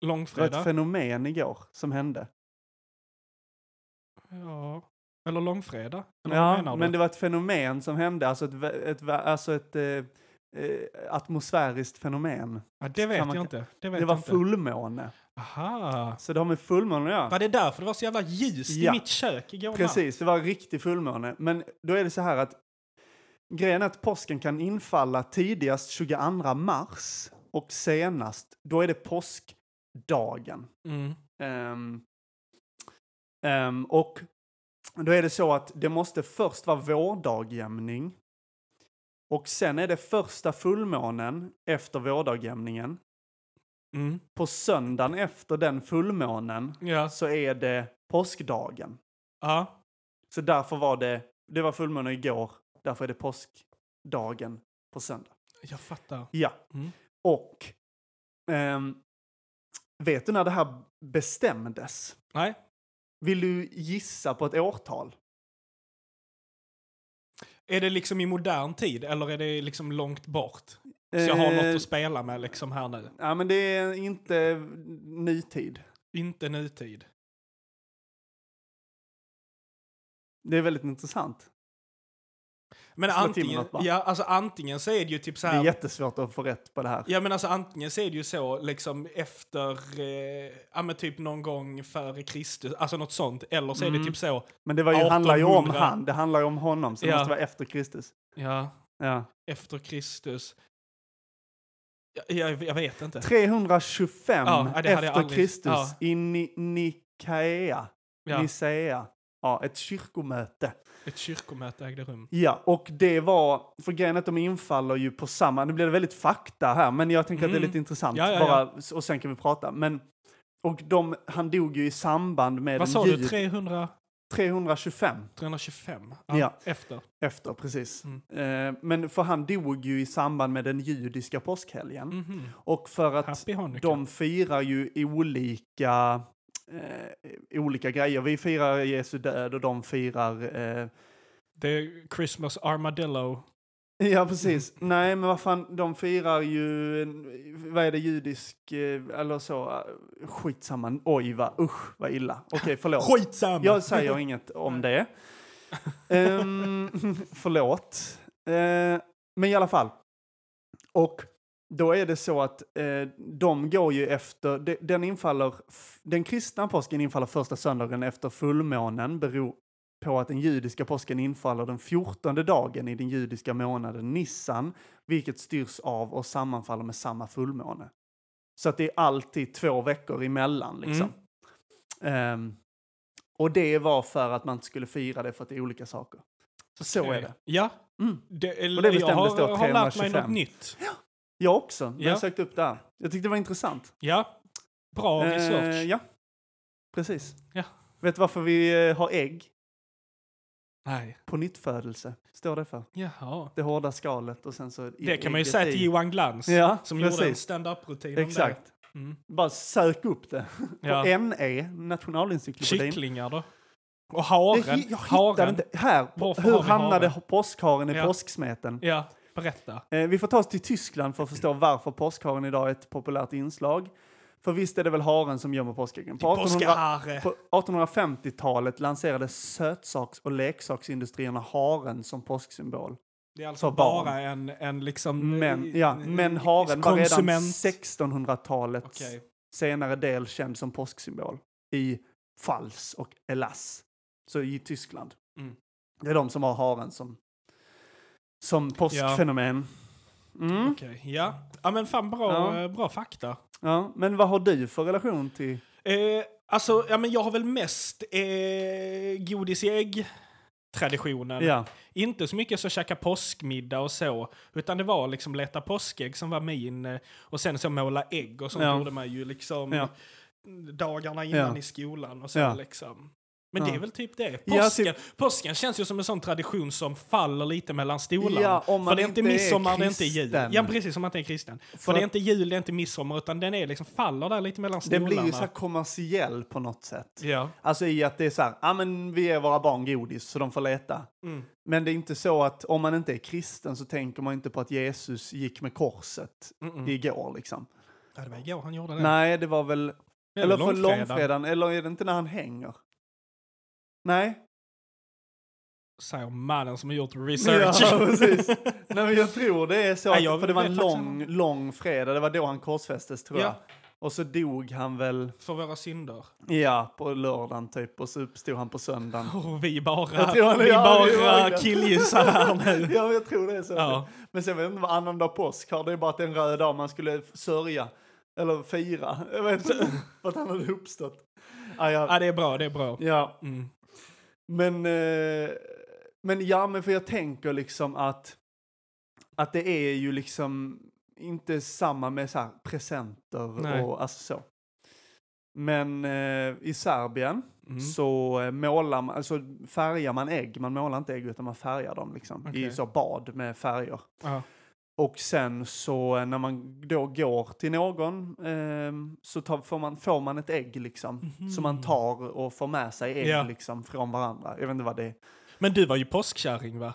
Speaker 2: ett
Speaker 1: långfredag?
Speaker 2: fenomen igår som hände.
Speaker 1: Ja. Eller långfredag? Eller vad menar
Speaker 2: Ja,
Speaker 1: du?
Speaker 2: men det var ett fenomen som hände, alltså ett, vä- ett, vä- alltså ett eh, eh, atmosfäriskt fenomen.
Speaker 1: ja, det vet
Speaker 2: kan man-
Speaker 1: jag inte. Det, vet
Speaker 2: det var
Speaker 1: jag inte.
Speaker 2: fullmåne.
Speaker 1: Aha.
Speaker 2: Så det har med fullmåne att göra.
Speaker 1: Var det därför det var så jävla ljust
Speaker 2: Ja.
Speaker 1: i mitt kök igår natt?
Speaker 2: Precis, det var riktig fullmåne. Men då är det så här att grejen är att påsken kan infalla tidigast 22 mars och senast, då är det påskdagen.
Speaker 1: Mm.
Speaker 2: Ehm, ehm, och då är det så att det måste först vara vårdagjämning och sen är det första fullmånen efter vårdagjämningen.
Speaker 1: Mm.
Speaker 2: På söndagen efter den fullmånen
Speaker 1: Ja.
Speaker 2: så är det påskdagen.
Speaker 1: ja.
Speaker 2: Så därför var det, det var fullmåne igår, därför är det påskdagen på söndag.
Speaker 1: Jag fattar.
Speaker 2: Ja.
Speaker 1: Mm.
Speaker 2: Och, ehm, vet du när det här bestämdes?
Speaker 1: Nej.
Speaker 2: Vill du gissa på ett årtal?
Speaker 1: Är det liksom i modern tid eller är det liksom långt bort? Så jag har något
Speaker 2: Eh,
Speaker 1: att spela med liksom här nu.
Speaker 2: Ja, men det är inte nytid.
Speaker 1: Inte nutid.
Speaker 2: Det är väldigt intressant.
Speaker 1: Men
Speaker 2: Slå till med
Speaker 1: antingen,
Speaker 2: något bara.
Speaker 1: ja, alltså antingen så är det ju typ så
Speaker 2: Det är
Speaker 1: här.
Speaker 2: jättesvårt att få rätt på det här.
Speaker 1: Ja men alltså antingen så är det ju så liksom efter, eh, ja men typ någon gång före Kristus, alltså något sånt. Eller så är det
Speaker 2: Mm.
Speaker 1: typ så,
Speaker 2: Men det var ju, handlar ju om
Speaker 1: 1800.
Speaker 2: han, det handlar ju om honom, så det
Speaker 1: Ja.
Speaker 2: måste vara efter Kristus.
Speaker 1: ja,
Speaker 2: Ja.
Speaker 1: efter Kristus. Ja, jag, jag vet inte.
Speaker 2: 325
Speaker 1: Ja, det hade jag
Speaker 2: efter
Speaker 1: aldrig-
Speaker 2: Kristus
Speaker 1: ja.
Speaker 2: i Ni- Nikaea,
Speaker 1: Ja,
Speaker 2: Nicaea. Ja, ett kyrkomöte.
Speaker 1: ett kyrkomöte ägde rum.
Speaker 2: Ja, och det var, för grejen är att de infaller ju på samma, nu blir det väldigt fakta här, men jag tänker att det
Speaker 1: Mm.
Speaker 2: är lite intressant
Speaker 1: Ja, ja,
Speaker 2: bara, och sen kan vi prata. Men, och de, han dog ju i samband med
Speaker 1: Vad
Speaker 2: en
Speaker 1: sa du,
Speaker 2: jud-
Speaker 1: 300,
Speaker 2: 325
Speaker 1: 325?
Speaker 2: Ja.
Speaker 1: Efter.
Speaker 2: efter, precis.
Speaker 1: Mm.
Speaker 2: Eh, men för han dog ju i samband med den judiska påskhelgen.
Speaker 1: Mhm.
Speaker 2: Och för att
Speaker 1: Happy Hanukkah.
Speaker 2: de firar ju i olika, eh, olika grejer. Vi firar Jesu död och de firar... Eh,
Speaker 1: Det är Christmas Armadillo.
Speaker 2: ja, precis. Nej, men vad fan, de firar ju... en- Vad är det, judisk... Eh, eller så... eh, Skitsamma. Oj, vad, usch, vad illa. Okej, förlåt.
Speaker 1: Skitsamma!
Speaker 2: Jag säger inget om det. Ehm, (laughs) förlåt. Eh, men i alla fall. Och då är det så att eh, de går ju efter, de, den infaller, f- den kristna påsken infaller första söndagen efter fullmånen beror på att den judiska påsken infaller den fjortonde dagen i den judiska månaden Nissan, vilket styrs av och sammanfaller med samma fullmåne. Så att det är alltid två veckor emellan liksom. Ehm, och det var för att man inte skulle fira det för att det är olika saker. Så så är det.
Speaker 1: (laughs) Ja.
Speaker 2: Mm.
Speaker 1: Det,
Speaker 2: Och det
Speaker 1: jag
Speaker 2: bestämdes
Speaker 1: har,
Speaker 2: då
Speaker 1: har lärt mig
Speaker 2: 325.
Speaker 1: något nytt.
Speaker 2: Jag också, när
Speaker 1: Ja.
Speaker 2: jag sökte upp det här. Jag tyckte det var intressant.
Speaker 1: Ja. Bra research.
Speaker 2: Eh, ja, precis.
Speaker 1: Ja.
Speaker 2: Vet du varför vi eh, har ägg
Speaker 1: Nej.
Speaker 2: på nytt födelse? Står det för.
Speaker 1: Jaha.
Speaker 2: Det hårda skalet och sen så...
Speaker 1: Det kan man ju
Speaker 2: ägget
Speaker 1: säga
Speaker 2: i.
Speaker 1: till Johan Glans.
Speaker 2: Ja,
Speaker 1: Som gjorde en
Speaker 2: precis.
Speaker 1: stand-up-rutin om
Speaker 2: Exakt.
Speaker 1: det. Mm.
Speaker 2: Bara sök upp det.
Speaker 1: Ja.
Speaker 2: På NE, Nationalencyklopedin.
Speaker 1: Kycklingar då? Och
Speaker 2: Jag,
Speaker 1: haren?
Speaker 2: hi- jag hittade
Speaker 1: haren.
Speaker 2: inte. Här,
Speaker 1: Varför har
Speaker 2: hur
Speaker 1: vi
Speaker 2: hamnade
Speaker 1: haren?
Speaker 2: påskharen i
Speaker 1: Ja.
Speaker 2: påsksmeten?
Speaker 1: Ja, berätta.
Speaker 2: Eh, vi får ta oss till Tyskland för att förstå varför påskharen idag är ett populärt inslag. För visst är det väl haren som gömmer påskäggen? På 1800
Speaker 1: Påskehare!
Speaker 2: På 1850-talet lanserade sötsaks och leksaksindustrierna haren som påsksymbol.
Speaker 1: Det är alltså
Speaker 2: för barn.
Speaker 1: bara en, en liksom...
Speaker 2: Men, ja, men haren var redan
Speaker 1: konsument.
Speaker 2: 1600-talets
Speaker 1: Okej.
Speaker 2: senare del känd som påsksymbol i Fals och Elas, så i Tyskland.
Speaker 1: Mm.
Speaker 2: Det är de som har haren som, som påskfenomen. Mm.
Speaker 1: Okej, ja. Ja men fan bra,
Speaker 2: Ja.
Speaker 1: eh, bra fakta.
Speaker 2: Ja, men vad har du för relation till...
Speaker 1: Eh, alltså, ja men jag har väl mest eh, godis i ägg-traditionen.
Speaker 2: Ja,
Speaker 1: Inte så mycket så käka påskmiddag och så, utan det var liksom leta påskägg som var min. eh, Och sen så måla ägg och sånt
Speaker 2: Ja.
Speaker 1: gjorde man ju liksom
Speaker 2: Ja.
Speaker 1: dagarna innan
Speaker 2: Ja.
Speaker 1: i skolan och så
Speaker 2: Ja.
Speaker 1: liksom. Men det
Speaker 2: Ja.
Speaker 1: är väl typ det. Påsken,
Speaker 2: Ja, alltså-
Speaker 1: påsken känns ju som en sån tradition som faller lite mellan stolarna.
Speaker 2: Ja, om man
Speaker 1: För det är inte
Speaker 2: inte är
Speaker 1: midsommar, det är inte jul.
Speaker 2: kristen.
Speaker 1: Ja, precis, som att det är kristen. För,
Speaker 2: För
Speaker 1: det är
Speaker 2: att-
Speaker 1: inte jul, det är inte midsommar, utan den är liksom, faller där lite mellan
Speaker 2: det
Speaker 1: stolarna.
Speaker 2: blir ju så här kommersiell på något sätt.
Speaker 1: Ja.
Speaker 2: Alltså i att det är så här, ja men vi ger våra barn godis så de får leta.
Speaker 1: Mm.
Speaker 2: Men det är inte så att om man inte är kristen så tänker man inte på att Jesus gick med korset
Speaker 1: Mm-mm.
Speaker 2: igår liksom.
Speaker 1: mm, ja, det var igår han gjorde det.
Speaker 2: Nej, det var väl...
Speaker 1: Det är
Speaker 2: Eller
Speaker 1: väl
Speaker 2: för långfredagen, eller är det inte när han hänger? Nej,
Speaker 1: Säger mannen som har gjort
Speaker 2: Ja,
Speaker 1: research. (laughs)
Speaker 2: precis. Nej, men jag tror det är så.
Speaker 1: Nej,
Speaker 2: att-
Speaker 1: jag
Speaker 2: för det var en
Speaker 1: vet faktiskt
Speaker 2: lång, lång fredag. Det var då han korsfästes tror
Speaker 1: Ja.
Speaker 2: jag. Och så dog han väl,
Speaker 1: För våra synder.
Speaker 2: ja, på lördagen typ. Och så uppstod han på söndagen.
Speaker 1: (laughs) Och vi bara,
Speaker 2: Jag tror han är-
Speaker 1: Oh, vi
Speaker 2: ja, det var
Speaker 1: bara
Speaker 2: det. (laughs)
Speaker 1: killgissar här nu.
Speaker 2: ja, men jag tror det är så.
Speaker 1: Ja.
Speaker 2: Men sen vet jag inte vad annandag påsk har. Det är bara att det är en röd dag man skulle f- sörja. Eller fira. Jag vet inte. (laughs) för att han hade uppstått. Ja, ja.
Speaker 1: Ja, det är bra, det är bra.
Speaker 2: ja.
Speaker 1: Mm.
Speaker 2: Men, eh, men ja, men för jag tänker liksom att, att det är ju liksom inte samma med så här presenter
Speaker 1: Nej.
Speaker 2: och alltså så. Men eh, i Serbien
Speaker 1: Mm.
Speaker 2: så eh, målar man, alltså färgar man ägg, man målar inte ägg utan man färgar dem liksom i
Speaker 1: Okej.
Speaker 2: så bad med färger.
Speaker 1: Ja.
Speaker 2: Och sen så eh, när man då går till någon eh, så tar, får, man, får man ett ägg liksom. Som man tar och får med sig ägg
Speaker 1: Mhm. Ja.
Speaker 2: liksom från varandra. Jag vet inte vad det är.
Speaker 1: Men du var ju påskkärring va?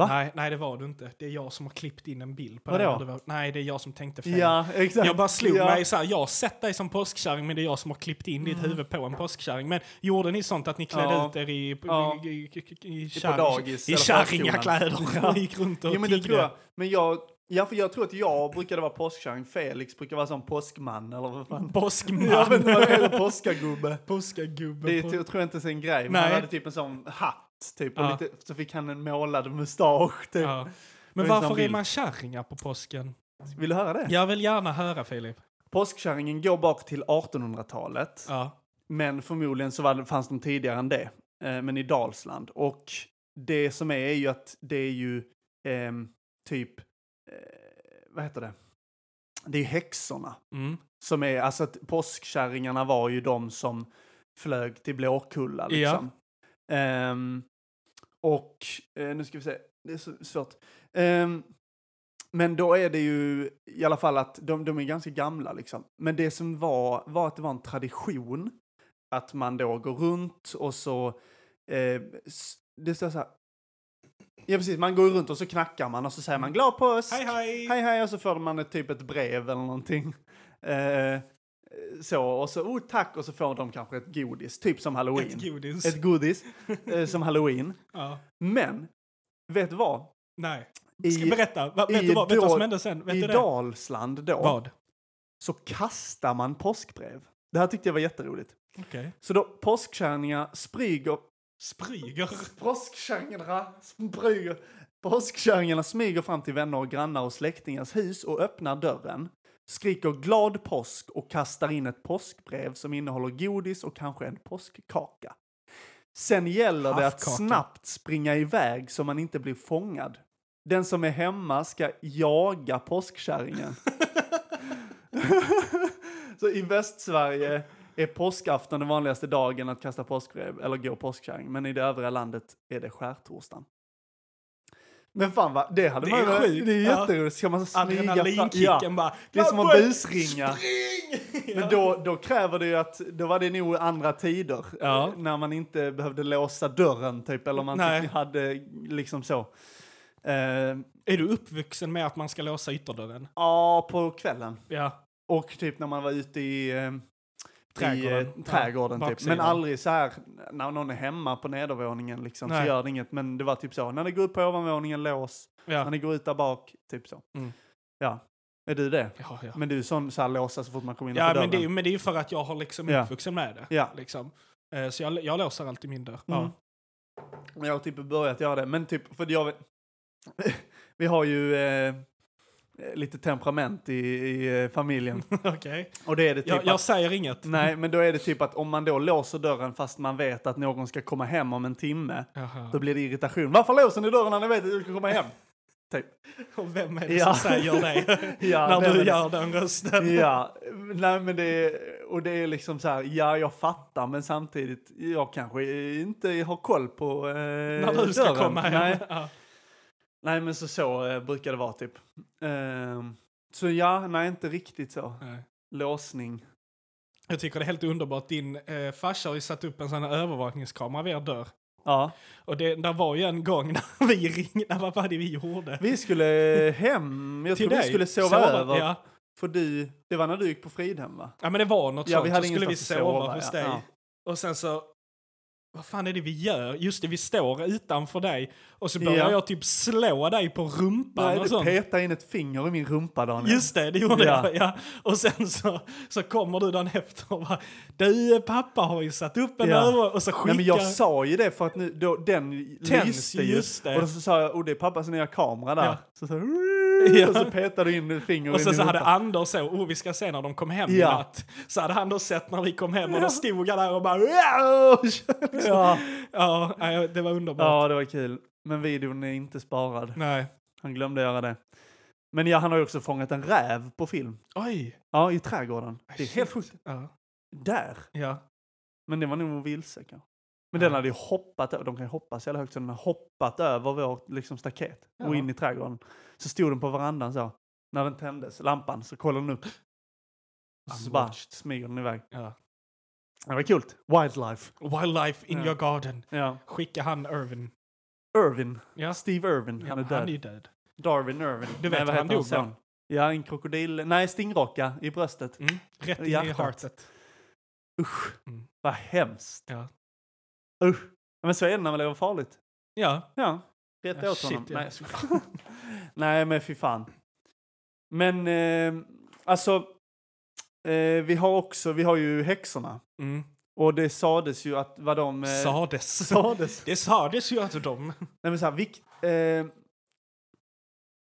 Speaker 2: Va?
Speaker 1: Nej, nej, det var du inte. Det är jag som har klippt in en bild på
Speaker 2: Vadå?
Speaker 1: det. här. Det var, nej, det är jag som tänkte fel.
Speaker 2: Ja, exakt.
Speaker 1: Jag bara slog
Speaker 2: ja.
Speaker 1: mig så här, jag har sett dig som påskkärring men det är jag som har klippt in ditt huvud på en påskkärring. Men gjorde ni sånt att ni klädde
Speaker 2: Mm. Ja.
Speaker 1: ut er i,
Speaker 2: Ja.
Speaker 1: i, i, i, i,
Speaker 2: På dagis
Speaker 1: i
Speaker 2: eller
Speaker 1: kärringakläder
Speaker 2: förskolan.
Speaker 1: och (laughs) gick runt och
Speaker 2: Jo, men det
Speaker 1: tiggde?
Speaker 2: tror jag. Men jag, ja, för jag tror att jag brukade vara påskkärring. Felix brukade vara sån påskman eller vad fan.
Speaker 1: Påskman.
Speaker 2: Jag vet inte vad det heter, påskagubbe.
Speaker 1: Påskagubbe.
Speaker 2: Det
Speaker 1: på-
Speaker 2: tror tror jag inte ens är en grej. Men
Speaker 1: Nej.
Speaker 2: han hade typ en sån hatt typ. Och
Speaker 1: Ja.
Speaker 2: lite, så fick han en målad mustasch typ.
Speaker 1: Ja.
Speaker 2: Det är
Speaker 1: Men
Speaker 2: en sån
Speaker 1: varför är
Speaker 2: bild.
Speaker 1: man kärringar på påsken?
Speaker 2: Vill du höra det?
Speaker 1: Jag vill gärna höra Filip.
Speaker 2: Påskkärringen går bak till 1800-talet.
Speaker 1: Ja.
Speaker 2: Men förmodligen så var, det- fanns de tidigare än det. Eh, men i Dalsland. Och det som är är ju att det är ju ehm, typ, eh, vad heter det? Det är ju häxorna.
Speaker 1: Mm.
Speaker 2: Som är, alltså att påskkärringarna var ju de som flög till Blåkulla liksom. Ehm, och, eh, nu ska vi se, det är så svårt. Ehm, men då är det ju i alla fall att de, de är ganska gamla liksom. Men det som var, var att det var en tradition att man då går runt och så, eh, s- det står så här, ja precis, man går runt och så knackar man och så säger man glad påsk!
Speaker 1: Hej hej!
Speaker 2: Hej hej och så får man ett, typ ett brev eller någonting. Eh, så och så oh tack och så får de kanske ett godis, typ som halloween.
Speaker 1: Ett godis.
Speaker 2: Ett godis eh,
Speaker 1: (laughs)
Speaker 2: som halloween.
Speaker 1: Ja.
Speaker 2: Men, vet du vad?
Speaker 1: Nej. Ska
Speaker 2: I,
Speaker 1: berätta. Va, vet,
Speaker 2: i
Speaker 1: du vad, vet du vad
Speaker 2: Dal-
Speaker 1: som hände sen? Vet
Speaker 2: i
Speaker 1: du det?
Speaker 2: Dalsland då
Speaker 1: Vad?
Speaker 2: så kastar man påskbrev. Det här tyckte jag var jätteroligt.
Speaker 1: Okej.
Speaker 2: Så då påskkärringar smyger,
Speaker 1: Spryger.
Speaker 2: påskkärringarna smyger, påskkärringarna smyger fram till vänner och grannar och släktingars hus och öppnar dörren, skriker glad påsk och kastar in ett påskbrev som innehåller godis och kanske en påskkaka. Sen gäller det att
Speaker 1: Havskaka.
Speaker 2: snabbt springa iväg så man inte blir fångad. Den som är hemma ska jaga påskkärringen. Så i Västsverige är påskafton den vanligaste dagen att kasta påskbrev eller gå påskkärring. Men i det övriga landet är det skärtorsdagen. Men fan vad, det hade
Speaker 1: Det
Speaker 2: man
Speaker 1: är sjukt.
Speaker 2: Det är
Speaker 1: Ja.
Speaker 2: jätteroligt. Ska man smyga fram-
Speaker 1: Adrenalinkicken
Speaker 2: Ja.
Speaker 1: bara.
Speaker 2: Det är som att
Speaker 1: "Grabbar,
Speaker 2: busringa.
Speaker 1: Spring!
Speaker 2: Men då, då kräver det ju att, då var det nog andra tider.
Speaker 1: Ja.
Speaker 2: Eh, När man inte behövde låsa dörren typ, eller man
Speaker 1: Nej.
Speaker 2: inte hade liksom så. Eh,
Speaker 1: Är du uppvuxen med att man ska låsa ytterdörren?
Speaker 2: Ja, på kvällen.
Speaker 1: Ja.
Speaker 2: Och typ när man var ute i eh,
Speaker 1: Trädgården.
Speaker 2: I, eh, trädgården
Speaker 1: Ja,
Speaker 2: typ.
Speaker 1: baksidan.
Speaker 2: Men aldrig så här när någon är hemma på nedervåningen liksom, så
Speaker 1: Nej.
Speaker 2: gör det inget. Men det var typ så, när ni går upp på ovanvåningen, lås. När
Speaker 1: ja.
Speaker 2: ni går ut där bak, typ så.
Speaker 1: Mm.
Speaker 2: Ja. Är du det?
Speaker 1: Ja, ja.
Speaker 2: Men du är sån så här låsa så fort man kommer in
Speaker 1: Ja,
Speaker 2: på
Speaker 1: men det, är ju-
Speaker 2: dörren?
Speaker 1: men det är ju för att jag har liksom
Speaker 2: Ja.
Speaker 1: är uppvuxen med det.
Speaker 2: Ja.
Speaker 1: Liksom. Eh, Så jag, jag låser alltid min dörr. Ja.
Speaker 2: Mm. Men jag har typ börjat göra det. Men typ, för jag vet... (laughs) Vi har ju eh, lite temperament i, i eh,
Speaker 1: (laughs)
Speaker 2: familjen.
Speaker 1: Okej.
Speaker 2: Och det är det typ
Speaker 1: Jag, jag
Speaker 2: att,
Speaker 1: säger
Speaker 2: (laughs)
Speaker 1: inget.
Speaker 2: Nej, men då är det typ att om man då låser dörren fast man vet att någon ska komma hem om en timme,
Speaker 1: Jaha.
Speaker 2: då blir det irritation. Varför låser ni dörren när ni vet att du ska komma hem?
Speaker 1: (laughs)
Speaker 2: Typ.
Speaker 1: Och vem är det
Speaker 2: Ja.
Speaker 1: som
Speaker 2: (laughs)
Speaker 1: säger det?
Speaker 2: Ja,
Speaker 1: När
Speaker 2: vem är
Speaker 1: du
Speaker 2: det?
Speaker 1: gör den (laughs) rösten.
Speaker 2: Ja, nej men det är, och det är liksom så här, ja jag fattar men samtidigt, jag kanske inte har koll på eh,
Speaker 1: När du ska
Speaker 2: dörren.
Speaker 1: komma hem.
Speaker 2: Nej,
Speaker 1: Ja.
Speaker 2: nej men så, så eh, brukar det vara typ. Ehm, så ja, nej inte riktigt så.
Speaker 1: Nej.
Speaker 2: Låsning.
Speaker 1: Jag tycker det är helt underbart. Din eh, farsa har ju satt upp en sån här övervakningskamera vid er dörr.
Speaker 2: Ja.
Speaker 1: Och det, där var ju en gång när (laughs) vi ringde, när vad var det vi gjorde?
Speaker 2: Vi skulle hem, jag
Speaker 1: Till
Speaker 2: trodde vi
Speaker 1: dig.
Speaker 2: skulle sova, över.
Speaker 1: Ja.
Speaker 2: För du, det var när du gick på Fridhem va?
Speaker 1: ja, men det var något
Speaker 2: Ja,
Speaker 1: sånt.
Speaker 2: vi
Speaker 1: Vi
Speaker 2: hade
Speaker 1: så skulle vi
Speaker 2: ingenstans
Speaker 1: sova,
Speaker 2: att sova,
Speaker 1: hos
Speaker 2: ja.
Speaker 1: dig.
Speaker 2: Ja.
Speaker 1: Och sen så, vad fan är det vi gör? Just det, vi står utanför dig. Och så börjar
Speaker 2: Ja.
Speaker 1: jag typ slå dig på rumpan
Speaker 2: Nej,
Speaker 1: och
Speaker 2: du
Speaker 1: sånt.
Speaker 2: petade in ett finger i min rumpa Daniel.
Speaker 1: Just det, det gjorde
Speaker 2: Ja.
Speaker 1: jag. Ja. Och sen så, så kommer du dagen efter och bara, du pappa har ju satt upp en
Speaker 2: Ja.
Speaker 1: över... Och så skickar...
Speaker 2: Nej, men jag sa ju det för att nu, då, den
Speaker 1: Tänds,
Speaker 2: lyste ju.
Speaker 1: just det.
Speaker 2: Och då så sa jag, oh det är pappas nya kamera där.
Speaker 1: Ja.
Speaker 2: Så, så,
Speaker 1: Ja.
Speaker 2: Och så petade du in ett finger
Speaker 1: Och
Speaker 2: i
Speaker 1: sen
Speaker 2: min
Speaker 1: så hade
Speaker 2: rumpa.
Speaker 1: Anders så, oh vi ska se när de kom hem i
Speaker 2: Ja.
Speaker 1: natt. Så hade Anders sett när vi kom hem och då stod jag där och bara
Speaker 2: (laughs) ja.
Speaker 1: Ja, nej, det var underbart.
Speaker 2: ja, det var kul. Men videon är inte sparad.
Speaker 1: Nej.
Speaker 2: Han glömde göra det. Men ja, han har ju också fångat en räv på film.
Speaker 1: Oj.
Speaker 2: Ja, i trädgården. Det är helt sjukt.
Speaker 1: Ja.
Speaker 2: Där.
Speaker 1: ja.
Speaker 2: Men det var nog vilse kanske. Men
Speaker 1: Ja.
Speaker 2: den hade ju hoppat över, de kan ju hoppa så jävla högt, så den har hoppat över vårt liksom, staket
Speaker 1: Ja.
Speaker 2: och in i trädgården. Så stod den på verandan så. När den tändes, lampan, så kollade den upp. Och Så
Speaker 1: Unwatched.
Speaker 2: bara smyger den iväg.
Speaker 1: ja.
Speaker 2: Det var kul. Wildlife.
Speaker 1: Wildlife in
Speaker 2: Ja.
Speaker 1: your garden.
Speaker 2: Ja.
Speaker 1: Skicka han Irvin.
Speaker 2: Irvin.
Speaker 1: Ja.
Speaker 2: Steve Irvin.
Speaker 1: Ja,
Speaker 2: han är
Speaker 1: men
Speaker 2: död.
Speaker 1: han är ju död.
Speaker 2: Darwin Irvin.
Speaker 1: Du vet,
Speaker 2: vad
Speaker 1: han
Speaker 2: heter
Speaker 1: dog,
Speaker 2: son? Ja, en krokodil. Nej, stingrocka i bröstet.
Speaker 1: Mm. Rätt in i
Speaker 2: Hjärtat.
Speaker 1: heartet.
Speaker 2: Usch.
Speaker 1: Mm.
Speaker 2: Vad hemskt.
Speaker 1: Ja.
Speaker 2: Usch. Ja, Men så är det när man lever farligt.
Speaker 1: Ja.
Speaker 2: Ja, rätt
Speaker 1: Ja,
Speaker 2: åt
Speaker 1: shit,
Speaker 2: honom.
Speaker 1: ja.
Speaker 2: Nej, jag skojar. (laughs) Nej, men fy fan. Men eh, alltså, eh, vi har också, vi har ju häxorna.
Speaker 1: Mm.
Speaker 2: Och det sades ju att vad de... Eh, (laughs)
Speaker 1: Sades.
Speaker 2: sades.
Speaker 1: Det sades ju att de...
Speaker 2: Nej, men så här, vik, eh,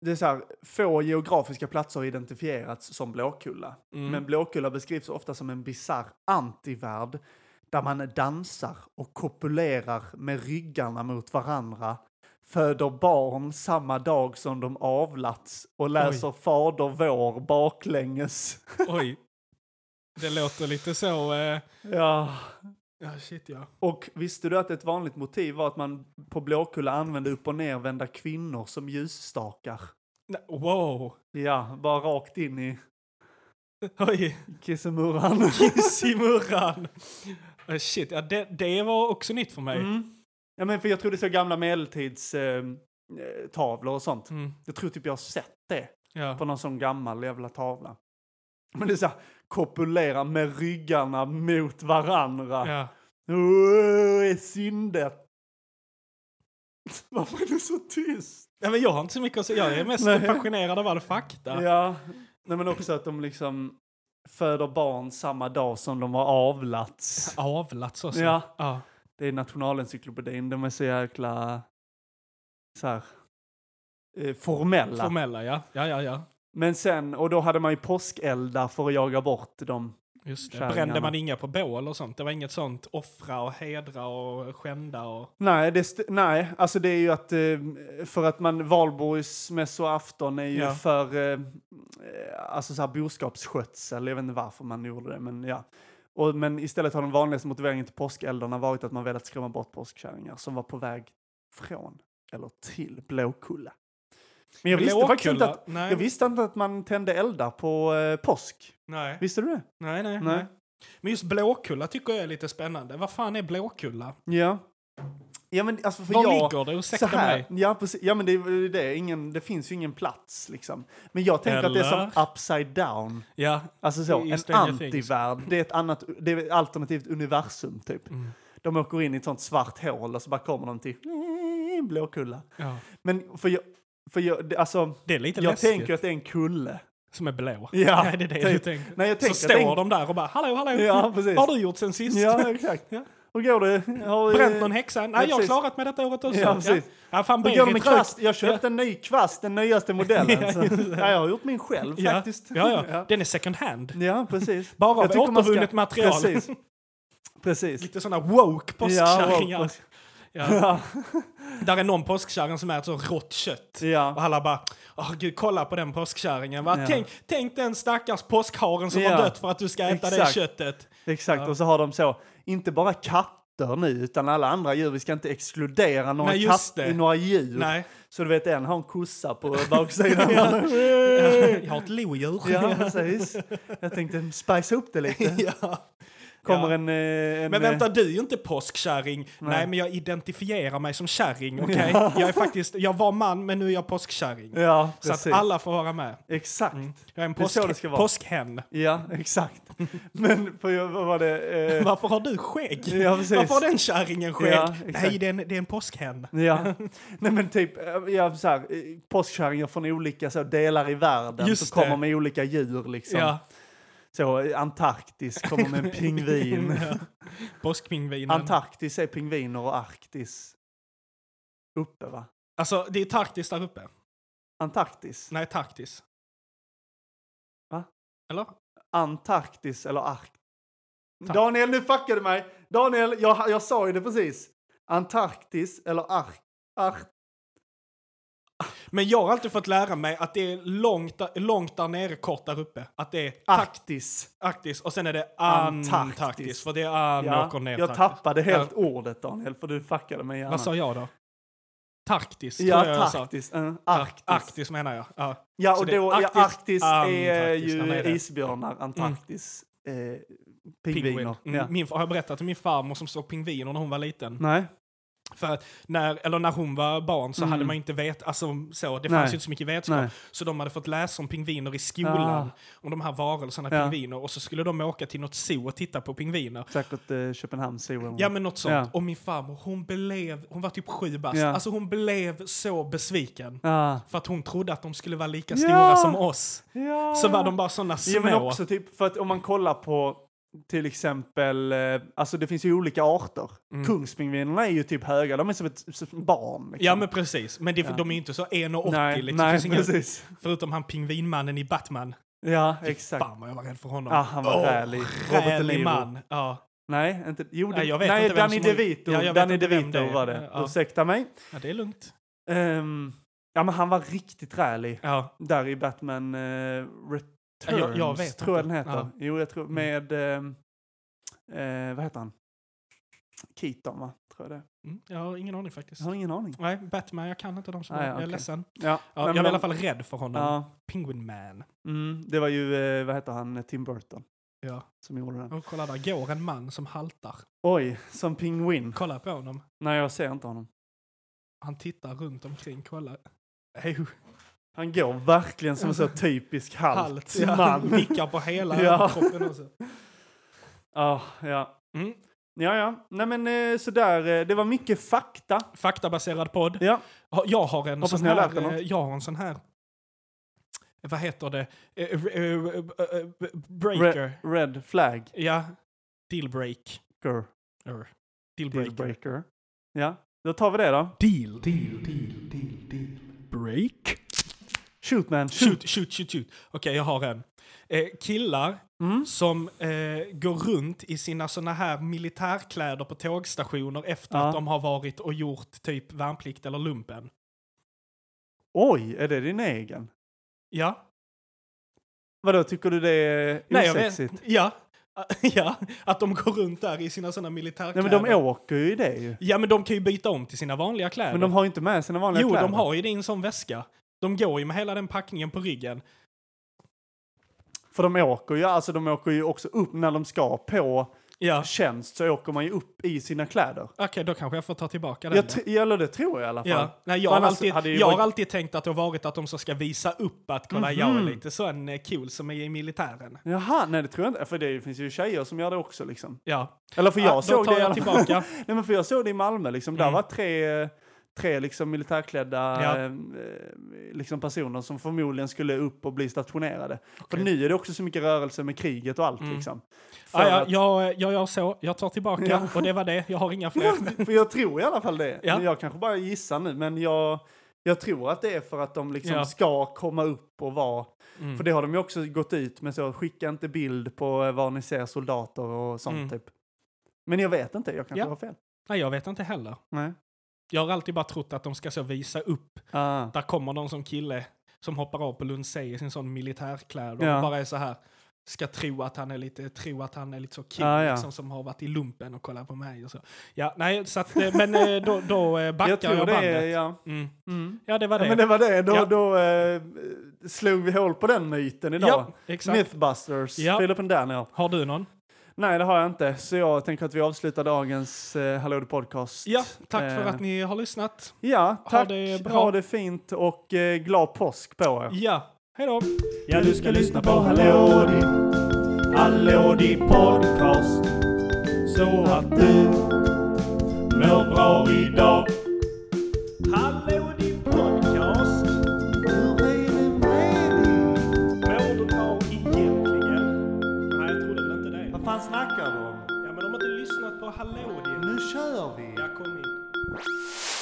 Speaker 2: det är så här, få geografiska platser har identifierats som Blåkulla.
Speaker 1: Mm.
Speaker 2: Men Blåkulla beskrivs ofta som en bisarr antivärld där man dansar och kopulerar med ryggarna mot varandra, föder barn samma dag som de avlats och läser Fader vår baklänges.
Speaker 1: Oj. Det låter lite så... eh,
Speaker 2: Ja.
Speaker 1: Ja, shit ja.
Speaker 2: Och visste du att ett vanligt motiv var att man på Blåkulla använde upp och nervända kvinnor som ljusstakar?
Speaker 1: Nej, Wow.
Speaker 2: Ja, bara rakt in i
Speaker 1: Oj.
Speaker 2: kissemurran. (laughs)
Speaker 1: Kiss i murran. Eh, Shit, ja, det, det var också nytt för mig.
Speaker 2: Mm. Ja, men för jag tror det är så gamla medeltids eh, eh, tavlor och sånt.
Speaker 1: Mm.
Speaker 2: Jag tror typ jag har sett det
Speaker 1: Ja.
Speaker 2: på någon sån gammal jävla tavla. Men det är så här, kopulera med ryggarna mot varandra.
Speaker 1: Ja.
Speaker 2: Åh, är syndet. Varför är du så tyst?
Speaker 1: Nej, men jag har inte så mycket att säga. Jag är mest
Speaker 2: Nej.
Speaker 1: fascinerad av all fakta.
Speaker 2: Ja, Nej, men också att de liksom föder barn samma dag som de har avlats.
Speaker 1: Avlat så. så.
Speaker 2: Ja.
Speaker 1: ja.
Speaker 2: Det är nationalencyklopedin, de är så jäkla så här, eh, formella.
Speaker 1: Formella, ja. Ja, ja, ja.
Speaker 2: Men sen, och då hade man ju påskeldar för att jaga bort dem.
Speaker 1: Just det.
Speaker 2: Kärringarna.
Speaker 1: Brände man inga på bål och sånt? Det var inget sånt offra och hedra och skända och...
Speaker 2: Nej, det st- nej, alltså det är ju att eh, för att man valborgsmässoafton är ju
Speaker 1: Ja.
Speaker 2: för eh, alltså så här boskapsskötsel. Jag vet inte varför man gjorde det, men ja. Och, men istället har den vanligaste motiveringen till påskeldarna varit att man velat skrämma bort påskkärringar som var på väg från eller till Blåkulla. Men jag visste faktiskt inte att,
Speaker 1: Nej.
Speaker 2: jag visste inte att man tände eldar på eh, påsk.
Speaker 1: nej.
Speaker 2: Visste du det?
Speaker 1: Nej, nej,
Speaker 2: Nej.
Speaker 1: nej. Men just Blåkulla tycker jag är lite spännande. Vad fan är Blåkulla?
Speaker 2: Ja. Ja, men alltså för
Speaker 1: Var
Speaker 2: jag...
Speaker 1: ligger det?
Speaker 2: så
Speaker 1: Ursäkta
Speaker 2: här,
Speaker 1: mig.
Speaker 2: ja, precis, ja men det är väl det, ingen, det finns ju ingen plats liksom. Men jag tänker att det är som
Speaker 1: Eller?
Speaker 2: upside down.
Speaker 1: Ja.
Speaker 2: Alltså så,
Speaker 1: I
Speaker 2: en
Speaker 1: Stranger Things.
Speaker 2: antivärld. Det är ett annat, det är ett alternativt universum typ.
Speaker 1: Mm.
Speaker 2: De åker in i ett sånt svart hål och så bara kommer de till Blåkulla.
Speaker 1: ja.
Speaker 2: Men för jag, för jag det- alltså,
Speaker 1: Det är lite
Speaker 2: jag
Speaker 1: läskigt.
Speaker 2: tänker att det är en kulle.
Speaker 1: Som är blå.
Speaker 2: Ja,
Speaker 1: Nej, det är det
Speaker 2: tänk-
Speaker 1: du tänker.
Speaker 2: Nej, jag
Speaker 1: så
Speaker 2: tänkte-
Speaker 1: står
Speaker 2: jag tänkte-
Speaker 1: de där och bara hallå, hallå.
Speaker 2: Ja, precis.
Speaker 1: Vad har du gjort sen sist?
Speaker 2: Ja, exakt.
Speaker 1: Ja.
Speaker 2: Hur går det? Har vi-
Speaker 1: Bränt någon häxa? Nej,
Speaker 2: Ja,
Speaker 1: jag har
Speaker 2: precis.
Speaker 1: klarat mig detta året också.
Speaker 2: Ja, precis.
Speaker 1: Ja. Ja,
Speaker 2: Hur
Speaker 1: fan,
Speaker 2: går det
Speaker 1: Berit
Speaker 2: med
Speaker 1: rök-
Speaker 2: kvast? Jag köpte en ny kvast, den nyaste modellen.
Speaker 1: (laughs) Ja,
Speaker 2: så. Ja, jag har gjort min själv
Speaker 1: Ja.
Speaker 2: faktiskt.
Speaker 1: Ja, ja.
Speaker 2: (laughs) Ja.
Speaker 1: Den är second hand.
Speaker 2: Ja, precis.
Speaker 1: Bara av
Speaker 2: Jag tycker man ska-
Speaker 1: återvunnet material.
Speaker 2: Precis. Precis.
Speaker 1: Lite sådana woke påskkärringar.
Speaker 2: Ja,
Speaker 1: Ja.
Speaker 2: Ja,
Speaker 1: Där är någon påskkärring som äter rått kött. Och
Speaker 2: ja.
Speaker 1: alla bara, åh gud, kolla på den påskkärringen. Va?
Speaker 2: Ja.
Speaker 1: Tänk, tänk den stackars påskharen som
Speaker 2: Ja.
Speaker 1: har dött för att du ska äta det
Speaker 2: Exakt.
Speaker 1: köttet.
Speaker 2: exakt. Och så har de så, inte bara katter nu, utan alla andra djur. Vi ska inte exkludera några
Speaker 1: Nej, just
Speaker 2: katter,
Speaker 1: det.
Speaker 2: några djur. (laughs)
Speaker 1: Nej,
Speaker 2: Så du vet, en har en kossa på
Speaker 1: (laughs)
Speaker 2: baksidan. ja.
Speaker 1: jag har ett lodjur. (laughs)
Speaker 2: precis. Jag tänkte spice upp det lite.
Speaker 1: Ja.
Speaker 2: Kommer
Speaker 1: Ja.
Speaker 2: en, eh, en...
Speaker 1: Men
Speaker 2: eh,
Speaker 1: vänta, du är ju inte påskkärring. Nej. men jag identifierar mig som
Speaker 2: (laughs)
Speaker 1: kärring, okej? Jag är faktiskt, jag var man, men nu är jag påskkärring.
Speaker 2: eh, Ja,
Speaker 1: så att
Speaker 2: precis.
Speaker 1: alla Mm. får vara med.
Speaker 2: Exakt.
Speaker 1: Jag är en
Speaker 2: Det är
Speaker 1: påsk,
Speaker 2: så det ska vara.
Speaker 1: påskhen.
Speaker 2: Ja, exakt. Men för jag, vad var det?
Speaker 1: (laughs)
Speaker 2: Eh,
Speaker 1: Varför har du skägg?
Speaker 2: Ja, precis.
Speaker 1: Varför har den kärringen skägg?
Speaker 2: Ja, exakt.
Speaker 1: Nej, det är en, det är en påskhen.
Speaker 2: ja, (laughs) nej men typ eh, ja, så här, eh, påskkärringar från olika så, delar i världen
Speaker 1: Just
Speaker 2: som kommer
Speaker 1: det.
Speaker 2: med olika djur liksom.
Speaker 1: Ja.
Speaker 2: Så eh, Antarktis kommer
Speaker 1: (laughs)
Speaker 2: med en pingvin.
Speaker 1: Ja. Påskpingvinen.
Speaker 2: Antarktis är pingviner och Arktis uppe va?
Speaker 1: Alltså, det är Tarktis där uppe.
Speaker 2: Antarktis?
Speaker 1: Nej, Tarktis.
Speaker 2: Va?
Speaker 1: Eller?
Speaker 2: Antarktis eller Arktis?
Speaker 1: Tack.
Speaker 2: Daniel, nu fuckade du mig! Daniel, jag, jag sa ju det precis. Antarktis eller Ark... Ark...
Speaker 1: Men jag har alltid fått lära mig att det är långt, där- långt där nere, kort där uppe. Att det är
Speaker 2: Ah.
Speaker 1: Tark-
Speaker 2: Arktis.
Speaker 1: Arktis och sen är det
Speaker 2: Antarktis.
Speaker 1: Antarktis. För det är an
Speaker 2: Ja,
Speaker 1: åker ner.
Speaker 2: jag
Speaker 1: Tarktis.
Speaker 2: tappade helt
Speaker 1: Ja.
Speaker 2: ordet Daniel, för du fuckade mig gärna.
Speaker 1: Vad sa jag då? Tarktis,
Speaker 2: Ja,
Speaker 1: tror jag jag sa.
Speaker 2: Antarktis. eh,
Speaker 1: Arktis.
Speaker 2: Arktis.
Speaker 1: Arktis menar jag. Ja.
Speaker 2: Ja,
Speaker 1: Så
Speaker 2: och
Speaker 1: det är
Speaker 2: då,
Speaker 1: Arktis,
Speaker 2: Arktis, ja, Arktis är Mm.
Speaker 1: Antarktis, där
Speaker 2: ju
Speaker 1: nere.
Speaker 2: isbjörnar, Antarktis, eh, pingviner.
Speaker 1: Pingvin. Mm.
Speaker 2: Ja. Mm.
Speaker 1: Min, har jag berättat om min farmor som såg pingviner när hon var liten?
Speaker 2: Nej.
Speaker 1: För att när, eller när hon var barn så hade man ju inte vet, alltså så, det
Speaker 2: Mm. Nej.
Speaker 1: fanns ju inte så mycket vetskap.
Speaker 2: Nej.
Speaker 1: Så de hade fått läsa om pingviner i skolan,
Speaker 2: Ah.
Speaker 1: om de här varelserna
Speaker 2: Ja.
Speaker 1: pingviner, och så skulle de åka till något zoo och titta på pingviner.
Speaker 2: Säkert eh, Köpenhamn Zoo. eller
Speaker 1: Ja
Speaker 2: något.
Speaker 1: men något sånt.
Speaker 2: Ja.
Speaker 1: Och min farmor, hon blev, hon var typ sju bast,
Speaker 2: Ja.
Speaker 1: alltså hon blev så besviken.
Speaker 2: Ah.
Speaker 1: För att hon trodde att de skulle vara lika
Speaker 2: Ja.
Speaker 1: stora som oss.
Speaker 2: Ja.
Speaker 1: Så var de bara såna små.
Speaker 2: Ja, men också typ, för att om man kollar på till exempel, eh, alltså det finns ju olika arter. Kungspingvinerna är ju typ höga, de är som ett som barn. Liksom.
Speaker 1: Ja, men precis. Men det, de är ju inte så 1,80
Speaker 2: nej,
Speaker 1: liksom. Det
Speaker 2: nej
Speaker 1: finns inga-
Speaker 2: precis.
Speaker 1: Förutom han pingvinmannen i Batman.
Speaker 2: Ja,
Speaker 1: Fy
Speaker 2: exakt.
Speaker 1: Fan vad jag var rädd för honom.
Speaker 2: Ah, han var
Speaker 1: Åh,
Speaker 2: rälig. Robert De
Speaker 1: Rälig
Speaker 2: Niro.
Speaker 1: man. Ja.
Speaker 2: Nej, inte, jo, det,
Speaker 1: Nej, jag vet
Speaker 2: nej
Speaker 1: inte vem
Speaker 2: Danny
Speaker 1: som har-
Speaker 2: DeVito.
Speaker 1: Ja, jag vet
Speaker 2: Danny
Speaker 1: inte vem
Speaker 2: DeVito
Speaker 1: det är.
Speaker 2: var det.
Speaker 1: Ja.
Speaker 2: Ursäkta mig.
Speaker 1: Ja, det är lugnt.
Speaker 2: Ehm, ja, men han var riktigt rälig.
Speaker 1: Ja.
Speaker 2: Där i Batman eh, Returns,
Speaker 1: Ja, jag- jag vet
Speaker 2: tror jag
Speaker 1: inte.
Speaker 2: den heter.
Speaker 1: Ja. Mm.
Speaker 2: Jo, jag tror med, ehm, eh, vad heter han? Keaton, va? Tror jag det.
Speaker 1: Mm, jag har ingen aning faktiskt.
Speaker 2: Jag har ingen aning.
Speaker 1: Nej, Batman, jag kan inte de som
Speaker 2: Nej,
Speaker 1: är. Jag är
Speaker 2: okej.
Speaker 1: ledsen.
Speaker 2: Ja, men
Speaker 1: Ja, jag var i
Speaker 2: de-
Speaker 1: alla fall rädd för honom.
Speaker 2: Ja,
Speaker 1: Penguin Man.
Speaker 2: mm, det var ju, eh, vad heter han, Tim Burton
Speaker 1: Ja.
Speaker 2: som gjorde den.
Speaker 1: Och kolla där, går en man som haltar.
Speaker 2: Oj, som pingvin.
Speaker 1: Kolla på honom.
Speaker 2: Nej, jag ser inte honom.
Speaker 1: Han tittar runt omkring, kolla. Ejo,
Speaker 2: Han går verkligen som en
Speaker 1: (laughs)
Speaker 2: så typisk halt
Speaker 1: halt. Ja,
Speaker 2: man.
Speaker 1: Vickar på hela
Speaker 2: Ja.
Speaker 1: kroppen också.
Speaker 2: Ja, ja.
Speaker 1: Mm.
Speaker 2: Ja, ja. Nej, men eh, sådär. eh, Det var mycket fakta.
Speaker 1: Faktabaserad podd.
Speaker 2: Ja,
Speaker 1: Ha- Jag har en
Speaker 2: Hoppas
Speaker 1: sån
Speaker 2: ni har
Speaker 1: här...
Speaker 2: lärt er något.
Speaker 1: eh, Jag har en sån här... eh, Vad heter det? Eh, eh, eh, eh, eh, Breaker.
Speaker 2: re red flag.
Speaker 1: Ja. Dealbreak.
Speaker 2: Girl.
Speaker 1: Er. Dealbreaker.
Speaker 2: Deal breaker. Ja, då tar vi det då.
Speaker 1: Deal. Deal. Deal. Deal. Deal. Break.
Speaker 2: Shoot man, shoot.
Speaker 1: Shoot, shoot, shoot, shoot. Okej, jag har en. Eh, killar
Speaker 2: Mm.
Speaker 1: som eh, går runt i sina såna här militärkläder på tågstationer efter
Speaker 2: Ja.
Speaker 1: att de har varit och gjort typ värnplikt eller lumpen.
Speaker 2: Oj, är det din egen?
Speaker 1: Ja,
Speaker 2: Vadå, tycker du det är
Speaker 1: Nej, jag vet.
Speaker 2: osexigt?
Speaker 1: Ja. (laughs) ja, att de går runt där i sina såna militärkläder.
Speaker 2: Nej, men de åker ju i det ju.
Speaker 1: ja, men de kan ju byta om till sina vanliga kläder.
Speaker 2: Men de har ju inte med sina vanliga
Speaker 1: jo,
Speaker 2: kläder.
Speaker 1: de har ju det i en sån väska. De går ju med hela den packningen på ryggen.
Speaker 2: För de åker ju, alltså de åker ju också upp när de ska på
Speaker 1: Ja, okej,
Speaker 2: tjänst så åker man ju upp i sina kläder.
Speaker 1: då kanske jag får ta tillbaka den.
Speaker 2: Jag
Speaker 1: då.
Speaker 2: tr- eller det tror jag i alla fall.
Speaker 1: Ja. Nej, jag,
Speaker 2: För
Speaker 1: har
Speaker 2: annars
Speaker 1: alltid,
Speaker 2: hade ju
Speaker 1: jag har
Speaker 2: varit-
Speaker 1: alltid tänkt att det har varit att de så ska visa upp att kolla, jag är
Speaker 2: Mhm.
Speaker 1: lite så en eh, cool som är i militären.
Speaker 2: Jaha, nej det tror jag inte. För det finns ju tjejer som gör det också liksom.
Speaker 1: Ja,
Speaker 2: Eller för
Speaker 1: Ja,
Speaker 2: jag
Speaker 1: då
Speaker 2: såg
Speaker 1: tar
Speaker 2: det i
Speaker 1: jag
Speaker 2: (laughs) alla fall.
Speaker 1: tillbaka.
Speaker 2: Nej men för jag såg det i Malmö liksom. Där var tre, tre liksom militärklädda
Speaker 1: Ja.
Speaker 2: eh, liksom personer som förmodligen skulle upp och bli stationerade. För nu är det också så mycket rörelse med kriget och allt liksom. För
Speaker 1: Ah, Mm. ja,
Speaker 2: att-
Speaker 1: jag, jag gör så, jag tar tillbaka
Speaker 2: Ja.
Speaker 1: och det var det, jag har
Speaker 2: (laughs)
Speaker 1: inga fler.
Speaker 2: För jag tror i alla fall det.
Speaker 1: Ja.
Speaker 2: Jag kanske bara gissar nu, men jag, jag tror att det är för att de liksom
Speaker 1: Ja. Mm.
Speaker 2: ska komma upp och vara... För det har de ju också gått ut med så, skicka inte bild på eh, var ni ser soldater och sånt
Speaker 1: Mm.
Speaker 2: typ. Men jag vet inte, jag kanske
Speaker 1: Ja.
Speaker 2: har fel.
Speaker 1: Nej, jag vet inte heller.
Speaker 2: Nej.
Speaker 1: Jag har alltid bara trott att de ska så visa upp,
Speaker 2: Ah.
Speaker 1: där kommer någon som kille som hoppar av på Lundsej i sin sån militärkläder
Speaker 2: Ja.
Speaker 1: och bara är så här ska tro att han är lite, tro att han är lite så king
Speaker 2: Ah, ja.
Speaker 1: liksom, som har varit i lumpen och kollar på mig och så. Ja, nej, så att, eh, men eh, då, då eh, backar
Speaker 2: Jag
Speaker 1: jag,
Speaker 2: tror det
Speaker 1: bandet.
Speaker 2: är, ja.
Speaker 1: Mm.
Speaker 2: Mm.
Speaker 1: Ja, det var det.
Speaker 2: Men det var det, då,
Speaker 1: Ja.
Speaker 2: då eh, slog vi hål på den myten idag.
Speaker 1: ja, exakt.
Speaker 2: Mythbusters,
Speaker 1: Ja.
Speaker 2: Philip and Daniel.
Speaker 1: Har du någon?
Speaker 2: Nej, det har jag inte, så jag tänker att vi avslutar dagens eh, Hallå du podcast.
Speaker 1: Ja, tack för
Speaker 2: Eh,
Speaker 1: att ni har lyssnat.
Speaker 2: Ja, tack. Ha det,
Speaker 1: det bra.
Speaker 2: fint och eh, glad påsk på er.
Speaker 1: Ja, hej då!
Speaker 3: Ja, du ska lyssna på Hallå di, Hallå di podcast. Så att du mår bra idag. Hallå di podcast. Hur är det med dig? Mår du bra egentligen?
Speaker 1: Nej, jag trodde väl inte det.
Speaker 2: Vad fan snackar du om?
Speaker 1: Ja, men de har inte lyssnat på Hallå din.
Speaker 2: Nu kör vi!
Speaker 1: Jag kom in.